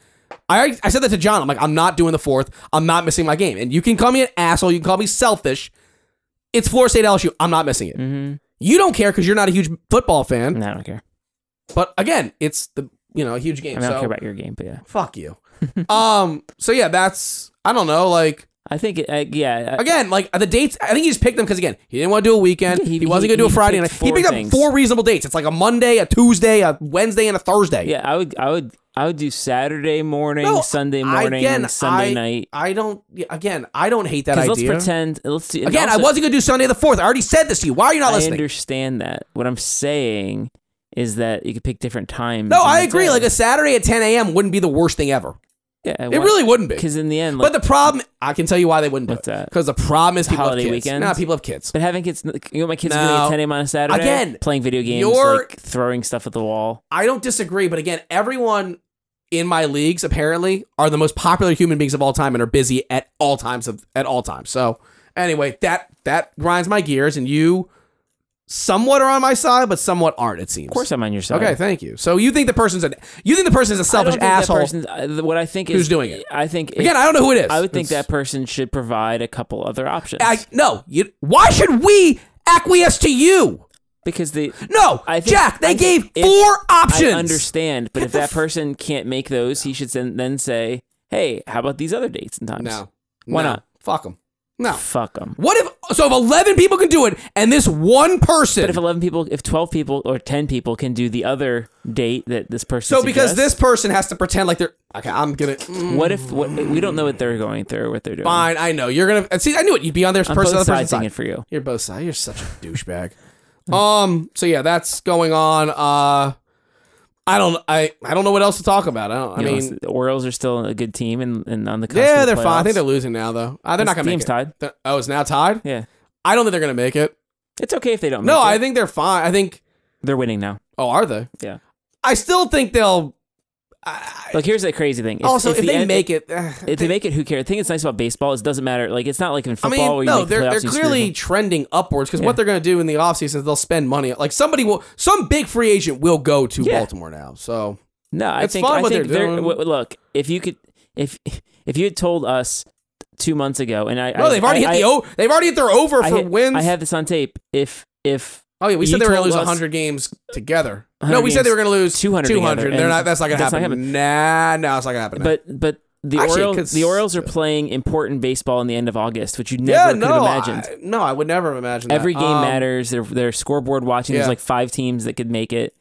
Speaker 3: I already- I said that to John. I'm like, I'm not doing the fourth. I'm not missing my game. And you can call me an asshole. You can call me selfish. It's Florida State LSU. I'm not missing it.
Speaker 2: Mhm.
Speaker 3: You don't care because you're not a huge football fan.
Speaker 2: No, I don't care.
Speaker 3: But again, it's the you know a huge game.
Speaker 2: I mean, I
Speaker 3: so
Speaker 2: don't care about your game, but yeah,
Speaker 3: fuck you. um. So yeah, that's I don't know. Like
Speaker 2: I think it. I, yeah, I,
Speaker 3: again, like the dates. I think he just picked them because again, he didn't want to do a weekend.
Speaker 2: Yeah,
Speaker 3: he,
Speaker 2: he-
Speaker 3: wasn't
Speaker 2: he-
Speaker 3: going to do a
Speaker 2: he
Speaker 3: Friday night.
Speaker 2: picked
Speaker 3: He
Speaker 2: four
Speaker 3: picked up
Speaker 2: things.
Speaker 3: four reasonable dates. It's like a Monday, a Tuesday, a Wednesday, and a Thursday.
Speaker 2: yeah. I would. I would. I would do Saturday morning,
Speaker 3: No,
Speaker 2: Sunday
Speaker 3: I-
Speaker 2: morning,
Speaker 3: again,
Speaker 2: Sunday
Speaker 3: I-
Speaker 2: night.
Speaker 3: I don't. yeah, Again, I don't hate that
Speaker 2: Because let's
Speaker 3: idea.
Speaker 2: pretend. Let's do. and
Speaker 3: again, I
Speaker 2: also,
Speaker 3: wasn't going to do Sunday the fourth. I already said this to you. Why are you not
Speaker 2: I
Speaker 3: listening?
Speaker 2: understand that. What I'm saying is that you could pick different times.
Speaker 3: no,
Speaker 2: and
Speaker 3: I
Speaker 2: that's
Speaker 3: agree.
Speaker 2: it.
Speaker 3: Like a Saturday at 10 a.m. wouldn't be the worst thing ever.
Speaker 2: yeah, I
Speaker 3: It
Speaker 2: want-
Speaker 3: really wouldn't be.
Speaker 2: Because in the end, like,
Speaker 3: but the problem, I can tell you why they wouldn't do
Speaker 2: What's
Speaker 3: it.
Speaker 2: that?
Speaker 3: Because the problem is people
Speaker 2: Holiday
Speaker 3: have kids.
Speaker 2: weekends?
Speaker 3: Nah, people have kids.
Speaker 2: But having kids, you know, my kids are doing
Speaker 3: No.
Speaker 2: at 10 a.m. on a Saturday.
Speaker 3: Again,
Speaker 2: playing video games,
Speaker 3: your-
Speaker 2: like throwing stuff at the wall.
Speaker 3: I don't disagree, but again, everyone in my leagues apparently are the most popular human beings of all time and are busy at all times of at all times. So anyway, that that grinds my gears, and you somewhat are on my side, but somewhat aren't. It seems.
Speaker 2: Of course, I'm on your side.
Speaker 3: Okay, thank you. So you think the person's a you think the person's a
Speaker 2: I don't
Speaker 3: selfish
Speaker 2: think that
Speaker 3: asshole?
Speaker 2: person's- I- th- what I think is
Speaker 3: who's doing it.
Speaker 2: I think
Speaker 3: again,
Speaker 2: I,
Speaker 3: I don't know who it is.
Speaker 2: would think
Speaker 3: It's-
Speaker 2: that person should provide a couple other options
Speaker 3: I, no, you. Why should we acquiesce to you?
Speaker 2: because the
Speaker 3: No,
Speaker 2: I think-
Speaker 3: Jack. They
Speaker 2: I
Speaker 3: gave
Speaker 2: think if-
Speaker 3: four options.
Speaker 2: I understand, but if that person can't make those, he should then, then say, "Hey, how about these other dates and times?"
Speaker 3: No.
Speaker 2: Why
Speaker 3: No.
Speaker 2: not?
Speaker 3: Fuck them. No.
Speaker 2: fuck them.
Speaker 3: What if so? If eleven people can do it, and this one person,
Speaker 2: But if 11 people, if 12 people or 10 people can do the other date that this person
Speaker 3: so because this
Speaker 2: suggests,
Speaker 3: person has to pretend like they're okay. I'm gonna mm,
Speaker 2: what if what, we don't know what they're going through or what they're doing?
Speaker 3: fine. I know you're gonna see. I knew it. You'd be on their
Speaker 2: I'm
Speaker 3: person,
Speaker 2: both
Speaker 3: other
Speaker 2: sides
Speaker 3: person's side.
Speaker 2: it for you.
Speaker 3: You're both sides. You're such a douchebag. Um. So yeah, that's going on. Uh, I don't. I I don't know what else to talk about. I don't. I
Speaker 2: You know,
Speaker 3: mean,
Speaker 2: the Orioles are still a good team and, and on the cusp
Speaker 3: yeah,
Speaker 2: of the
Speaker 3: they're fine. I think
Speaker 2: playoffs.
Speaker 3: they're losing now though. Uh, they're not
Speaker 2: This
Speaker 3: gonna
Speaker 2: team's
Speaker 3: make it.
Speaker 2: tied.
Speaker 3: They're- oh, it's now tied.
Speaker 2: Yeah,
Speaker 3: I don't think they're gonna make it.
Speaker 2: it's okay if they don't.
Speaker 3: No,
Speaker 2: make
Speaker 3: I
Speaker 2: it.
Speaker 3: think they're fine. I think.
Speaker 2: they're winning now.
Speaker 3: Oh, are they?
Speaker 2: Yeah.
Speaker 3: I still think they'll. I,
Speaker 2: Like here's the crazy thing. If,
Speaker 3: also, if,
Speaker 2: the
Speaker 3: they
Speaker 2: end-
Speaker 3: make it,
Speaker 2: if they make it, who cares? The thing that's nice about baseball is it doesn't matter. Like it's not like in
Speaker 3: I
Speaker 2: football
Speaker 3: mean,
Speaker 2: where you
Speaker 3: no,
Speaker 2: make the playoffs.
Speaker 3: they're, they're
Speaker 2: and you screw
Speaker 3: clearly
Speaker 2: them.
Speaker 3: trending upwards because
Speaker 2: Yeah.
Speaker 3: what they're going to do in the offseason is they'll spend money. Like somebody will, some big free agent will go to
Speaker 2: Yeah.
Speaker 3: Baltimore now. So
Speaker 2: no. I
Speaker 3: it's
Speaker 2: think
Speaker 3: fine
Speaker 2: I
Speaker 3: what they're
Speaker 2: think they're,
Speaker 3: doing.
Speaker 2: w- w- look. If you could, if if you had told us two months ago, and I
Speaker 3: no,
Speaker 2: I,
Speaker 3: they've already
Speaker 2: I,
Speaker 3: hit the
Speaker 2: I,
Speaker 3: o. They've already hit their over
Speaker 2: I
Speaker 3: for
Speaker 2: hit-
Speaker 3: wins.
Speaker 2: I had this on tape. If if
Speaker 3: oh yeah, we
Speaker 2: you
Speaker 3: said they were going
Speaker 2: told
Speaker 3: to lose
Speaker 2: us-
Speaker 3: 100 games together.
Speaker 2: 100
Speaker 3: no, we said they
Speaker 2: games,
Speaker 3: were going to lose
Speaker 2: 200 together,
Speaker 3: 200. They're
Speaker 2: and
Speaker 3: not. That's not going to
Speaker 2: that's
Speaker 3: happen.
Speaker 2: not
Speaker 3: Nah, no, it's not going to happen.
Speaker 2: but but the
Speaker 3: Actually, it could
Speaker 2: Orioles the Orioles are
Speaker 3: still-
Speaker 2: playing important baseball in the end of August, which you never
Speaker 3: yeah,
Speaker 2: could
Speaker 3: no,
Speaker 2: have imagined.
Speaker 3: I, no, I would never have imagined that.
Speaker 2: Every game
Speaker 3: Um,
Speaker 2: matters. They're, they're scoreboard watching.
Speaker 3: yeah.
Speaker 2: There's like five teams that could make it.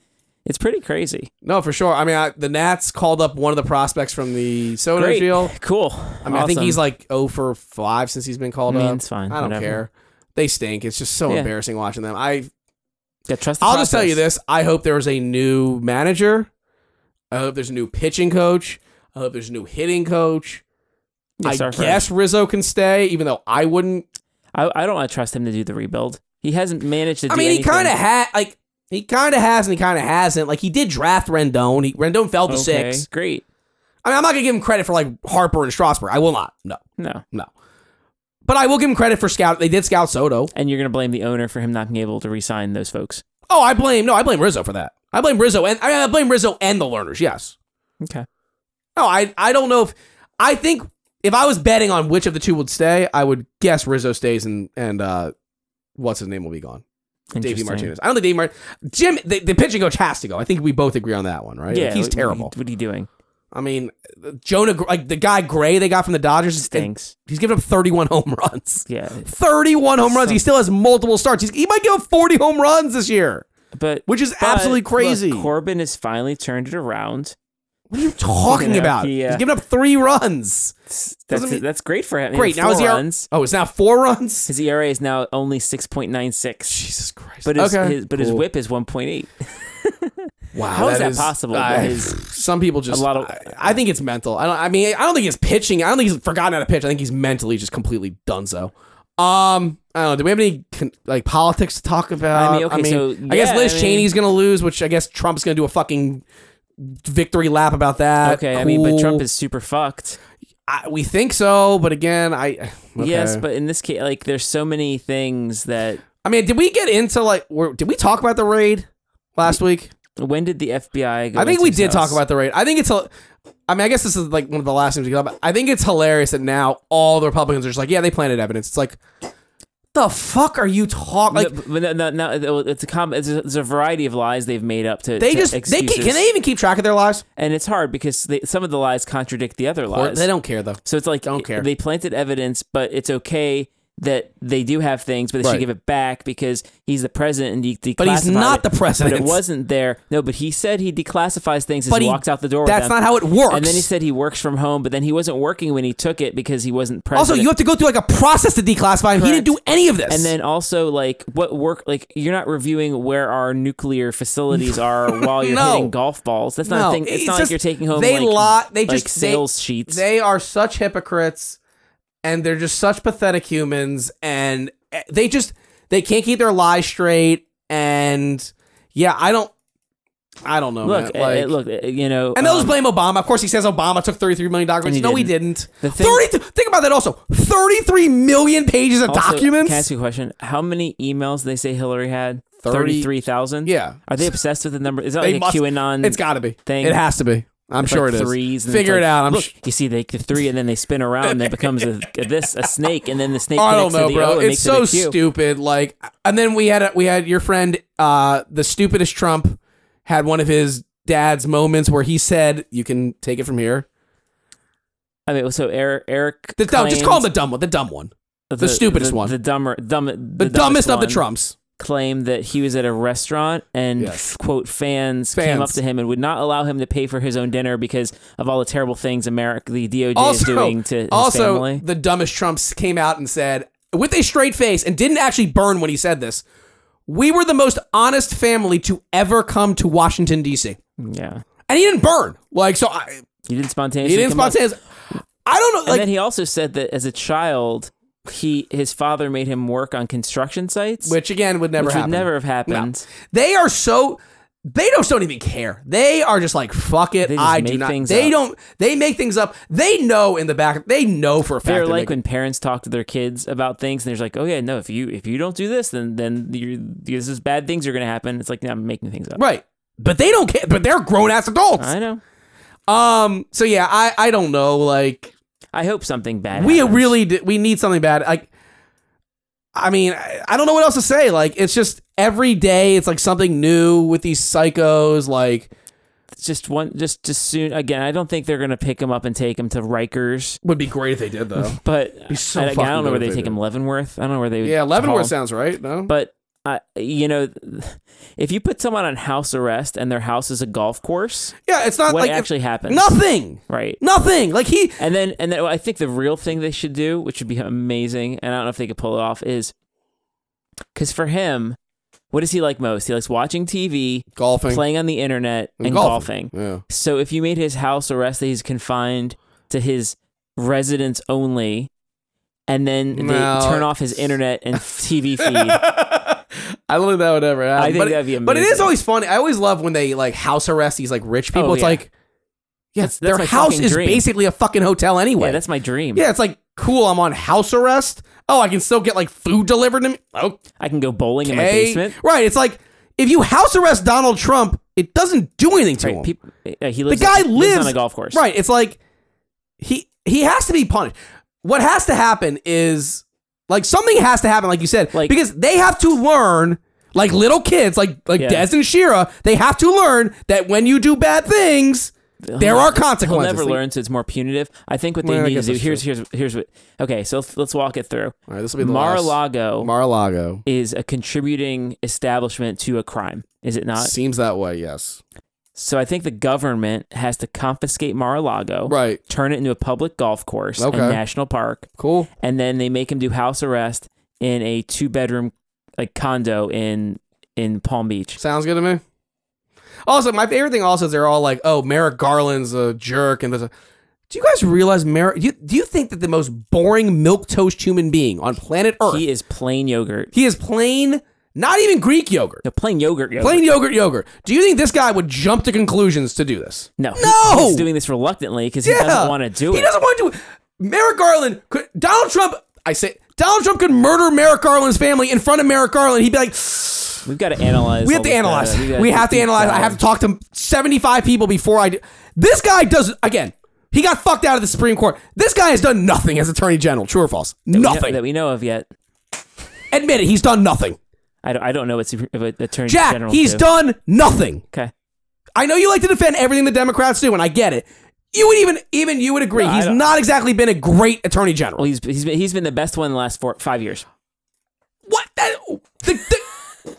Speaker 2: It's pretty crazy.
Speaker 3: No, for sure. I mean, I, the Nats called up one of the prospects from the soda
Speaker 2: Great.
Speaker 3: deal.
Speaker 2: Cool.
Speaker 3: I mean, I think he's like 0 for 5 since he's been called
Speaker 2: I mean,
Speaker 3: up.
Speaker 2: it's fine.
Speaker 3: I don't
Speaker 2: Whatever.
Speaker 3: care. They stink. It's just so
Speaker 2: Yeah.
Speaker 3: embarrassing watching them. I
Speaker 2: Yeah, trust the
Speaker 3: I'll just tell you
Speaker 2: process.
Speaker 3: this: I hope there is a new manager. I hope there's a new pitching coach. I hope there's a new hitting coach.
Speaker 2: Yeah,
Speaker 3: I
Speaker 2: sorry for-
Speaker 3: guess Rizzo can stay, even though I wouldn't.
Speaker 2: I, I don't want to trust him to do the rebuild. He hasn't managed to do
Speaker 3: I mean, he
Speaker 2: anything.
Speaker 3: kind of had like he kind of has and he kind of hasn't. Like he did draft Rendon. He Rendon fell to
Speaker 2: Okay,
Speaker 3: six.
Speaker 2: Great.
Speaker 3: I mean, I'm not gonna give him credit for like Harper and Strasburg. I will not. No,
Speaker 2: No.
Speaker 3: no. But I will give him credit for scout. They did scout Soto.
Speaker 2: And you're going to blame the owner for him not being able to re-sign those folks.
Speaker 3: Oh, I blame no, I blame Rizzo for that. I blame Rizzo and I I blame Rizzo and the learners. Yes.
Speaker 2: Okay.
Speaker 3: No, I I don't know if I think if I was betting on which of the two would stay, I would guess Rizzo stays and and uh, what's his name will be gone. Davey
Speaker 2: Interesting.
Speaker 3: Martinez. I don't think Davey Martinez. Jim, the, the pitching coach has to go. I think we both agree on that one, right? Like,
Speaker 2: Yeah,
Speaker 3: he's
Speaker 2: what-
Speaker 3: terrible.
Speaker 2: What, are you doing?
Speaker 3: I mean, Jonah, Gr- like the guy Gray they got from the Dodgers, is-
Speaker 2: Stinks.
Speaker 3: he's given up 31 home runs.
Speaker 2: Yeah,
Speaker 3: 31 home runs. He still has multiple starts. He's, he might give up 40 home runs this year,
Speaker 2: but
Speaker 3: which is
Speaker 2: but,
Speaker 3: absolutely
Speaker 2: look,
Speaker 3: crazy.
Speaker 2: Corbin has finally turned it around.
Speaker 3: what are you talking
Speaker 2: Yeah,
Speaker 3: about?
Speaker 2: he, uh,
Speaker 3: He's given up three runs.
Speaker 2: That's
Speaker 3: Doesn't mean-
Speaker 2: that's great for him. He had
Speaker 3: Great. Now
Speaker 2: four
Speaker 3: his ERA.
Speaker 2: runs.
Speaker 3: Oh, it's now four runs?
Speaker 2: His ERA is now only six point nine six,
Speaker 3: Jesus Christ.
Speaker 2: but his,
Speaker 3: Okay.
Speaker 2: his but his
Speaker 3: Cool.
Speaker 2: WHIP is one point eight.
Speaker 3: Wow,
Speaker 2: How is that possible?
Speaker 3: I-
Speaker 2: That is-
Speaker 3: some people just
Speaker 2: a lot of-
Speaker 3: I, I think it's mental. I don't. I mean, I don't think he's pitching. I don't think he's forgotten how to pitch. I think he's mentally just completely done so. Um, I don't know. Do we have any con- like politics to talk about?
Speaker 2: I mean, okay, so,
Speaker 3: I guess
Speaker 2: yeah,
Speaker 3: Liz
Speaker 2: I mean-
Speaker 3: Cheney's gonna lose, which I guess Trump's gonna do a fucking victory lap about that.
Speaker 2: Okay, I mean, but Trump
Speaker 3: Cool.
Speaker 2: is super fucked.
Speaker 3: I, we think so, but again, I okay.
Speaker 2: Yes, but in this case, like, there's so many things that.
Speaker 3: I mean, did we get into like? Were, did we talk about the raid last week?
Speaker 2: When did the FBI? go
Speaker 3: I think
Speaker 2: into
Speaker 3: we
Speaker 2: his
Speaker 3: did talk
Speaker 2: house?
Speaker 3: about the raid. I think it's a. I mean, I guess this is like one of the last things we got. But I think it's hilarious that now all the Republicans are just like, yeah, they planted evidence. It's like, the fuck are you talking? Like
Speaker 2: No, but no, no, no, it's a com- it's a, it's a variety of lies they've made up to.
Speaker 3: they
Speaker 2: to
Speaker 3: just they
Speaker 2: excuses.
Speaker 3: can, can they even keep track of their lies?
Speaker 2: and it's hard because they, some of the lies contradict the other
Speaker 3: Or
Speaker 2: lies.
Speaker 3: they don't care though.
Speaker 2: So it's like
Speaker 3: Don't care.
Speaker 2: they planted evidence, but it's okay that they do have things, but they
Speaker 3: Right.
Speaker 2: should give it back because he's the president and he declassified.
Speaker 3: But he's not
Speaker 2: it.
Speaker 3: the president.
Speaker 2: But it wasn't there. No, but he said he declassifies things as
Speaker 3: But
Speaker 2: he
Speaker 3: he-
Speaker 2: walks out the door. with
Speaker 3: That's
Speaker 2: them.
Speaker 3: not how it works.
Speaker 2: And then he said he works from home, but then he wasn't working when he took it because he wasn't president.
Speaker 3: also, you have to go through like a process to declassify him. He didn't do any of this.
Speaker 2: and then also like what work like you're not reviewing where our nuclear facilities are while you're
Speaker 3: No.
Speaker 2: hitting golf balls. That's not a thing. It's,
Speaker 3: it's
Speaker 2: not like
Speaker 3: just-
Speaker 2: you're taking home
Speaker 3: They
Speaker 2: like,
Speaker 3: lie. They
Speaker 2: like
Speaker 3: just they-
Speaker 2: sales sheets.
Speaker 3: They are such hypocrites, and they're just such pathetic humans. And eh, they just they can't keep their lies straight. And yeah, I don't, I don't know.
Speaker 2: look,
Speaker 3: man. Like-
Speaker 2: uh, look, uh, you know,
Speaker 3: and they'll
Speaker 2: um,
Speaker 3: just blame Obama. Of course, he says Obama took thirty-three million
Speaker 2: And
Speaker 3: documents.
Speaker 2: he
Speaker 3: No, he didn't.
Speaker 2: The thing-
Speaker 3: Thirty. Think about that. Also, thirty-three million pages of
Speaker 2: Also,
Speaker 3: documents.
Speaker 2: Can I ask you a question? How many emails they say Hillary had?
Speaker 3: Thirty-
Speaker 2: Thirty-three thousand.
Speaker 3: Yeah.
Speaker 2: Are they obsessed with the number? Is that
Speaker 3: They
Speaker 2: like
Speaker 3: must-
Speaker 2: a QAnon?
Speaker 3: it's got to be.
Speaker 2: thing-
Speaker 3: It has to be. I'm
Speaker 2: it's
Speaker 3: sure
Speaker 2: like
Speaker 3: it is.
Speaker 2: Threes. and
Speaker 3: Figure
Speaker 2: it's
Speaker 3: it
Speaker 2: like,
Speaker 3: out. I'm
Speaker 2: look,
Speaker 3: sh-
Speaker 2: you see, they the three, and then they spin around, and it becomes a, a this a snake, and then the snake
Speaker 3: I don't
Speaker 2: connects to
Speaker 3: know,
Speaker 2: the O
Speaker 3: bro.
Speaker 2: and
Speaker 3: It's
Speaker 2: makes it
Speaker 3: so
Speaker 2: a Q.
Speaker 3: stupid. Like, and then we had a, we had your friend, uh, the stupidest Trump, had one of his dad's moments where he said, "You can take it from here."
Speaker 2: I mean, so Eric, Eric,
Speaker 3: The dumb, just
Speaker 2: claims
Speaker 3: call him the dumb one. The dumb one.
Speaker 2: the,
Speaker 3: stupidest
Speaker 2: the-
Speaker 3: one.
Speaker 2: the dumber, dumb, the,
Speaker 3: The, dumbest, of the
Speaker 2: one
Speaker 3: Trumps.
Speaker 2: Claimed that he was at a restaurant and
Speaker 3: Yes.
Speaker 2: quote fans, came up
Speaker 3: Fans.
Speaker 2: to him and would not allow him to pay for his own dinner because of all the terrible things America, the DOJ is
Speaker 3: Also,
Speaker 2: doing to his
Speaker 3: also
Speaker 2: family.
Speaker 3: the dumbest Trumps came out and said with a straight face and didn't actually burn when he said this. We were the most honest family to ever come to Washington D.C.
Speaker 2: Yeah.
Speaker 3: and he didn't burn. Like so, I,
Speaker 2: He didn't spontaneously.
Speaker 3: he didn't
Speaker 2: come up.
Speaker 3: spontaneous. I don't know.
Speaker 2: And
Speaker 3: Like
Speaker 2: then he also said that as a child, he his father made him work on construction sites,
Speaker 3: which again would never
Speaker 2: which
Speaker 3: happen.
Speaker 2: would never have happened.
Speaker 3: They are so they just don't even care. They are just like fuck it.
Speaker 2: They just
Speaker 3: I do
Speaker 2: make
Speaker 3: not.
Speaker 2: things
Speaker 3: they
Speaker 2: up.
Speaker 3: don't. They make things up. They know in the back. They know for a fact.
Speaker 2: They're
Speaker 3: they're
Speaker 2: like
Speaker 3: making-
Speaker 2: when parents talk to their kids about things, and they're like, "Oh yeah, no, if you if you don't do this, then then you this is bad things are going to happen." It's like, "No, I'm making things up."
Speaker 3: right, but they don't care. But they're grown ass adults.
Speaker 2: I know.
Speaker 3: um. So yeah, I I don't know. Like
Speaker 2: I hope something bad.
Speaker 3: we
Speaker 2: happens.
Speaker 3: really d- we need something bad. Like. I mean, I I don't know what else to say. Like, it's just every day, it's like something new with these psychos. Like,
Speaker 2: It's just one just just soon again. I don't think they're going to pick him up and take him to Rikers,
Speaker 3: would be great if they did though.
Speaker 2: but
Speaker 3: Be so
Speaker 2: I, I
Speaker 3: fucking
Speaker 2: don't know
Speaker 3: good
Speaker 2: where
Speaker 3: if
Speaker 2: they
Speaker 3: they
Speaker 2: take
Speaker 3: did.
Speaker 2: him. Leavenworth. I don't know where they. would
Speaker 3: yeah, Leavenworth
Speaker 2: haul.
Speaker 3: sounds right. No,
Speaker 2: But I, you know, if you put someone on house arrest and their house is a golf course,
Speaker 3: Yeah, it's not
Speaker 2: what
Speaker 3: Uh, like if-
Speaker 2: actually happens?
Speaker 3: nothing,
Speaker 2: Right.
Speaker 3: nothing. Like he,
Speaker 2: And then, and then I think the real thing they should do, which would be amazing, and I don't know if they could pull it off, is because for him, what does he like most? He likes watching TV,
Speaker 3: golfing,
Speaker 2: playing on the internet, and, golfing.
Speaker 3: Yeah,
Speaker 2: So if you made his house arrest that he's confined to his residence only, and then they
Speaker 3: No.
Speaker 2: turn off his internet and TV feed,
Speaker 3: I don't think that would ever happen.
Speaker 2: I think
Speaker 3: but, it-
Speaker 2: that'd be
Speaker 3: But it is
Speaker 2: amazing.
Speaker 3: always funny. I always love when they like house arrest these like rich people.
Speaker 2: Oh,
Speaker 3: it's
Speaker 2: yeah.
Speaker 3: like, yeah,
Speaker 2: That's- that's
Speaker 3: their
Speaker 2: my
Speaker 3: house
Speaker 2: fucking
Speaker 3: is
Speaker 2: dream.
Speaker 3: basically a fucking hotel anyway.
Speaker 2: yeah, that's my dream.
Speaker 3: Yeah, it's like cool. I'm on house arrest. Oh, I can still get like food delivered to me. Okay,
Speaker 2: I can go bowling in my basement.
Speaker 3: right? It's like if you house arrest Donald Trump, it doesn't do anything to him.
Speaker 2: Right, peop- uh, he lives.
Speaker 3: the guy
Speaker 2: he
Speaker 3: lives,
Speaker 2: on a golf course.
Speaker 3: Right. It's like he he has to be punished. What has to happen is like something has to happen, like you said,
Speaker 2: Like-
Speaker 3: because they have to learn. Like little kids, like like
Speaker 2: Yeah.
Speaker 3: Des and Shira, they have to learn that when you do bad things, there are
Speaker 2: He'll
Speaker 3: consequences.
Speaker 2: never learn, so it's more punitive. I think what they
Speaker 3: Well, I
Speaker 2: need to
Speaker 3: guess
Speaker 2: do
Speaker 3: that's
Speaker 2: here's here's here's what. Okay, so let's, let's walk it through.
Speaker 3: All right, this will be the last-
Speaker 2: Mar-a-Lago
Speaker 3: Mar-a-Lago
Speaker 2: is a contributing establishment to a crime, is it not?
Speaker 3: seems that way. Yes.
Speaker 2: So I think the government has to confiscate Mar-a-Lago,
Speaker 3: Right.
Speaker 2: turn it into a public golf course
Speaker 3: Okay.
Speaker 2: and national park,
Speaker 3: Cool.
Speaker 2: and then they make him do house arrest in a two-bedroom like condo in in Palm Beach.
Speaker 3: Sounds good to me. Also, my favorite thing also is they're all like, "Oh, Merrick Garland's a jerk," and this. uh, Do you guys realize Merrick? Do you, do you think that the most boring milk toast human being on planet Earth?
Speaker 2: He
Speaker 3: He,
Speaker 2: is plain yogurt.
Speaker 3: is plain, not even Greek yogurt,
Speaker 2: No, plain yogurt. yogurt.
Speaker 3: plain yogurt yogurt. Do you think this guy would jump to conclusions to do this?
Speaker 2: no, he-
Speaker 3: No!
Speaker 2: he's doing this reluctantly because he doesn't want to do
Speaker 3: He
Speaker 2: it.
Speaker 3: doesn't want to do it. Merrick Garland could. Donald Trump. I say Donald Trump could murder Merrick Garland's family in front of Merrick Garland. He'd be like.
Speaker 2: We've got to analyze.
Speaker 3: We
Speaker 2: all
Speaker 3: have to
Speaker 2: this
Speaker 3: analyze.
Speaker 2: data. gotta
Speaker 3: We have to
Speaker 2: deep
Speaker 3: analyze. I
Speaker 2: dive.
Speaker 3: have to talk to 75 people before I do. This guy does, again, he got fucked out of the Supreme Court. This guy has done nothing as Attorney General. True or false?
Speaker 2: We know-
Speaker 3: Nothing.
Speaker 2: that we know of yet.
Speaker 3: Admit it, he's done nothing.
Speaker 2: I don't, I don't know what, super, what attorney
Speaker 3: Jack,
Speaker 2: general.
Speaker 3: he's
Speaker 2: do.
Speaker 3: done nothing.
Speaker 2: Okay,
Speaker 3: I know you like to defend everything the Democrats do, and I get it. You would even, even you would agree,
Speaker 2: No, I
Speaker 3: he's
Speaker 2: don't-
Speaker 3: not exactly been a great Attorney General.
Speaker 2: well he's he's been, he's been the best one in the last four five years.
Speaker 3: What? That, the, the-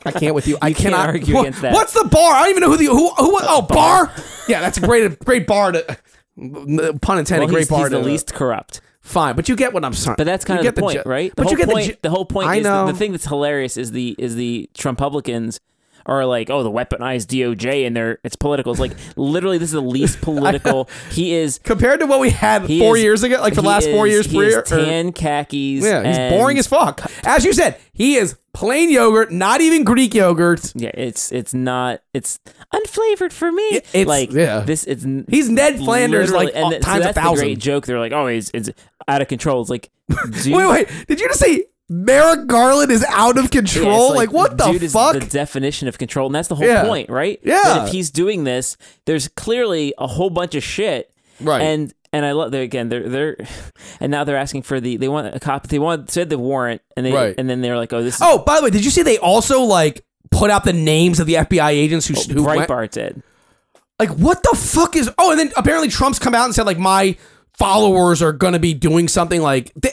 Speaker 3: I can't with you. I
Speaker 2: can't
Speaker 3: cannot
Speaker 2: argue
Speaker 3: Wha-
Speaker 2: against that.
Speaker 3: What's the bar? I don't even know who the who who. Oh, bar. Yeah, that's a great great bar to. Pun intended.
Speaker 2: Well,
Speaker 3: great
Speaker 2: he's,
Speaker 3: bar.
Speaker 2: he's the
Speaker 3: to-
Speaker 2: least corrupt.
Speaker 3: fine, but you get what I'm saying.
Speaker 2: But that's kind
Speaker 3: You
Speaker 2: of
Speaker 3: get
Speaker 2: the point,
Speaker 3: ge-
Speaker 2: right? The
Speaker 3: but
Speaker 2: whole
Speaker 3: you get
Speaker 2: point.
Speaker 3: The, ge-
Speaker 2: the whole point
Speaker 3: I
Speaker 2: is
Speaker 3: know.
Speaker 2: the thing that's hilarious is the is the Trumpublicans are like, oh, the weaponized DOJ and they're it's political. It's like literally this is the least political. he is
Speaker 3: compared to what we had
Speaker 2: he
Speaker 3: four
Speaker 2: is-
Speaker 3: years ago, like the
Speaker 2: he
Speaker 3: last four
Speaker 2: is-
Speaker 3: years
Speaker 2: He is
Speaker 3: prior. or-
Speaker 2: tan khakis.
Speaker 3: yeah, he's
Speaker 2: and-
Speaker 3: boring as fuck. As you said, he is plain yogurt, not even Greek yogurt.
Speaker 2: Yeah, it's it's not it's unflavored for me.
Speaker 3: It- it's-
Speaker 2: like
Speaker 3: yeah.
Speaker 2: this it's n-
Speaker 3: He's Ned Flanders,
Speaker 2: literally-
Speaker 3: like uh,
Speaker 2: th- so
Speaker 3: times a
Speaker 2: that's the
Speaker 3: thousand.
Speaker 2: great joke. They're like, oh, he's it's out of control. It's like, dude,
Speaker 3: wait, wait, did you just say Merrick Garland is out of
Speaker 2: yeah, it's
Speaker 3: control? like, what the
Speaker 2: dude
Speaker 3: fuck?
Speaker 2: Is the definition of control, and that's the whole
Speaker 3: Yeah.
Speaker 2: point, right?
Speaker 3: Yeah.
Speaker 2: That if he's doing this, there's clearly a whole bunch of shit,
Speaker 3: Right.
Speaker 2: And and I love they again. They're they're and now they're asking for the they want a copy. They want said the warrant, and they
Speaker 3: Right.
Speaker 2: and then they're like, oh, this is
Speaker 3: Oh, by the way, did you see they also like put out the names of the FBI agents
Speaker 2: Oh,
Speaker 3: who, who went?
Speaker 2: Breitbart did.
Speaker 3: Like, what the fuck is? Oh, and then apparently Trump's come out and said like my followers are gonna be doing something like they,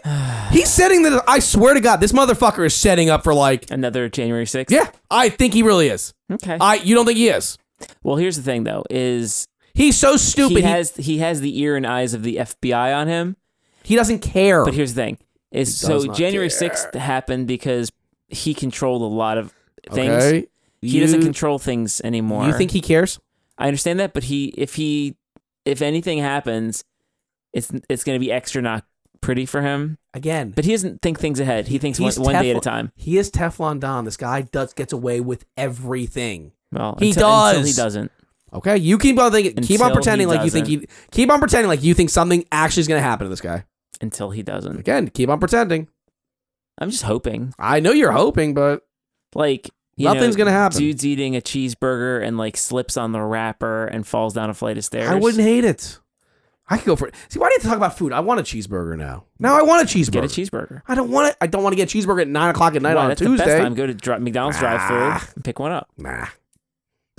Speaker 3: he's setting the. I swear to God, this motherfucker is setting up for like.
Speaker 2: Another January 6th.
Speaker 3: Yeah, I think he really is.
Speaker 2: Okay.
Speaker 3: I you don't think he is?
Speaker 2: well, here's the thing though: is
Speaker 3: He's so stupid.
Speaker 2: he
Speaker 3: He,
Speaker 2: has he has the ear and eyes of the FBI on him.
Speaker 3: he doesn't care.
Speaker 2: But here's the thing: is
Speaker 3: does
Speaker 2: so
Speaker 3: not
Speaker 2: January
Speaker 3: care.
Speaker 2: sixth happened because he controlled a lot of things. He
Speaker 3: You-
Speaker 2: doesn't control things anymore.
Speaker 3: You think he cares?
Speaker 2: I understand that, but he if he if anything happens, it's it's going to be extra not pretty for him.
Speaker 3: Again,
Speaker 2: But he doesn't think things ahead. He thinks one,
Speaker 3: he's
Speaker 2: one day at a
Speaker 3: Teflon-
Speaker 2: time.
Speaker 3: He is Teflon Don. This guy does gets away with everything.
Speaker 2: Well,
Speaker 3: He
Speaker 2: until, until he
Speaker 3: does.
Speaker 2: doesn't.
Speaker 3: Okay, you keep on thinking, keep
Speaker 2: Until
Speaker 3: on
Speaker 2: he
Speaker 3: pretending like you think
Speaker 2: doesn't.
Speaker 3: he, keep on pretending like you think something actually is going to happen to this guy.
Speaker 2: Until he doesn't.
Speaker 3: Again, keep on pretending.
Speaker 2: I'm just hoping.
Speaker 3: I know you're hoping, but
Speaker 2: Like you know,
Speaker 3: Nothing's gonna happen.
Speaker 2: Dude's eating a cheeseburger and like slips on the wrapper and falls down a flight of stairs.
Speaker 3: I wouldn't hate it. I could go for it. See, why do you have to talk about food? I want a cheeseburger now. Now I want a cheeseburger.
Speaker 2: get a cheeseburger.
Speaker 3: I don't want it. I don't want to get a cheeseburger at nine o'clock at night
Speaker 2: Why,
Speaker 3: on a
Speaker 2: that's
Speaker 3: Tuesday.
Speaker 2: the best time. Go to dri- McDonald's
Speaker 3: Ah.
Speaker 2: drive-through and pick one up.
Speaker 3: Nah,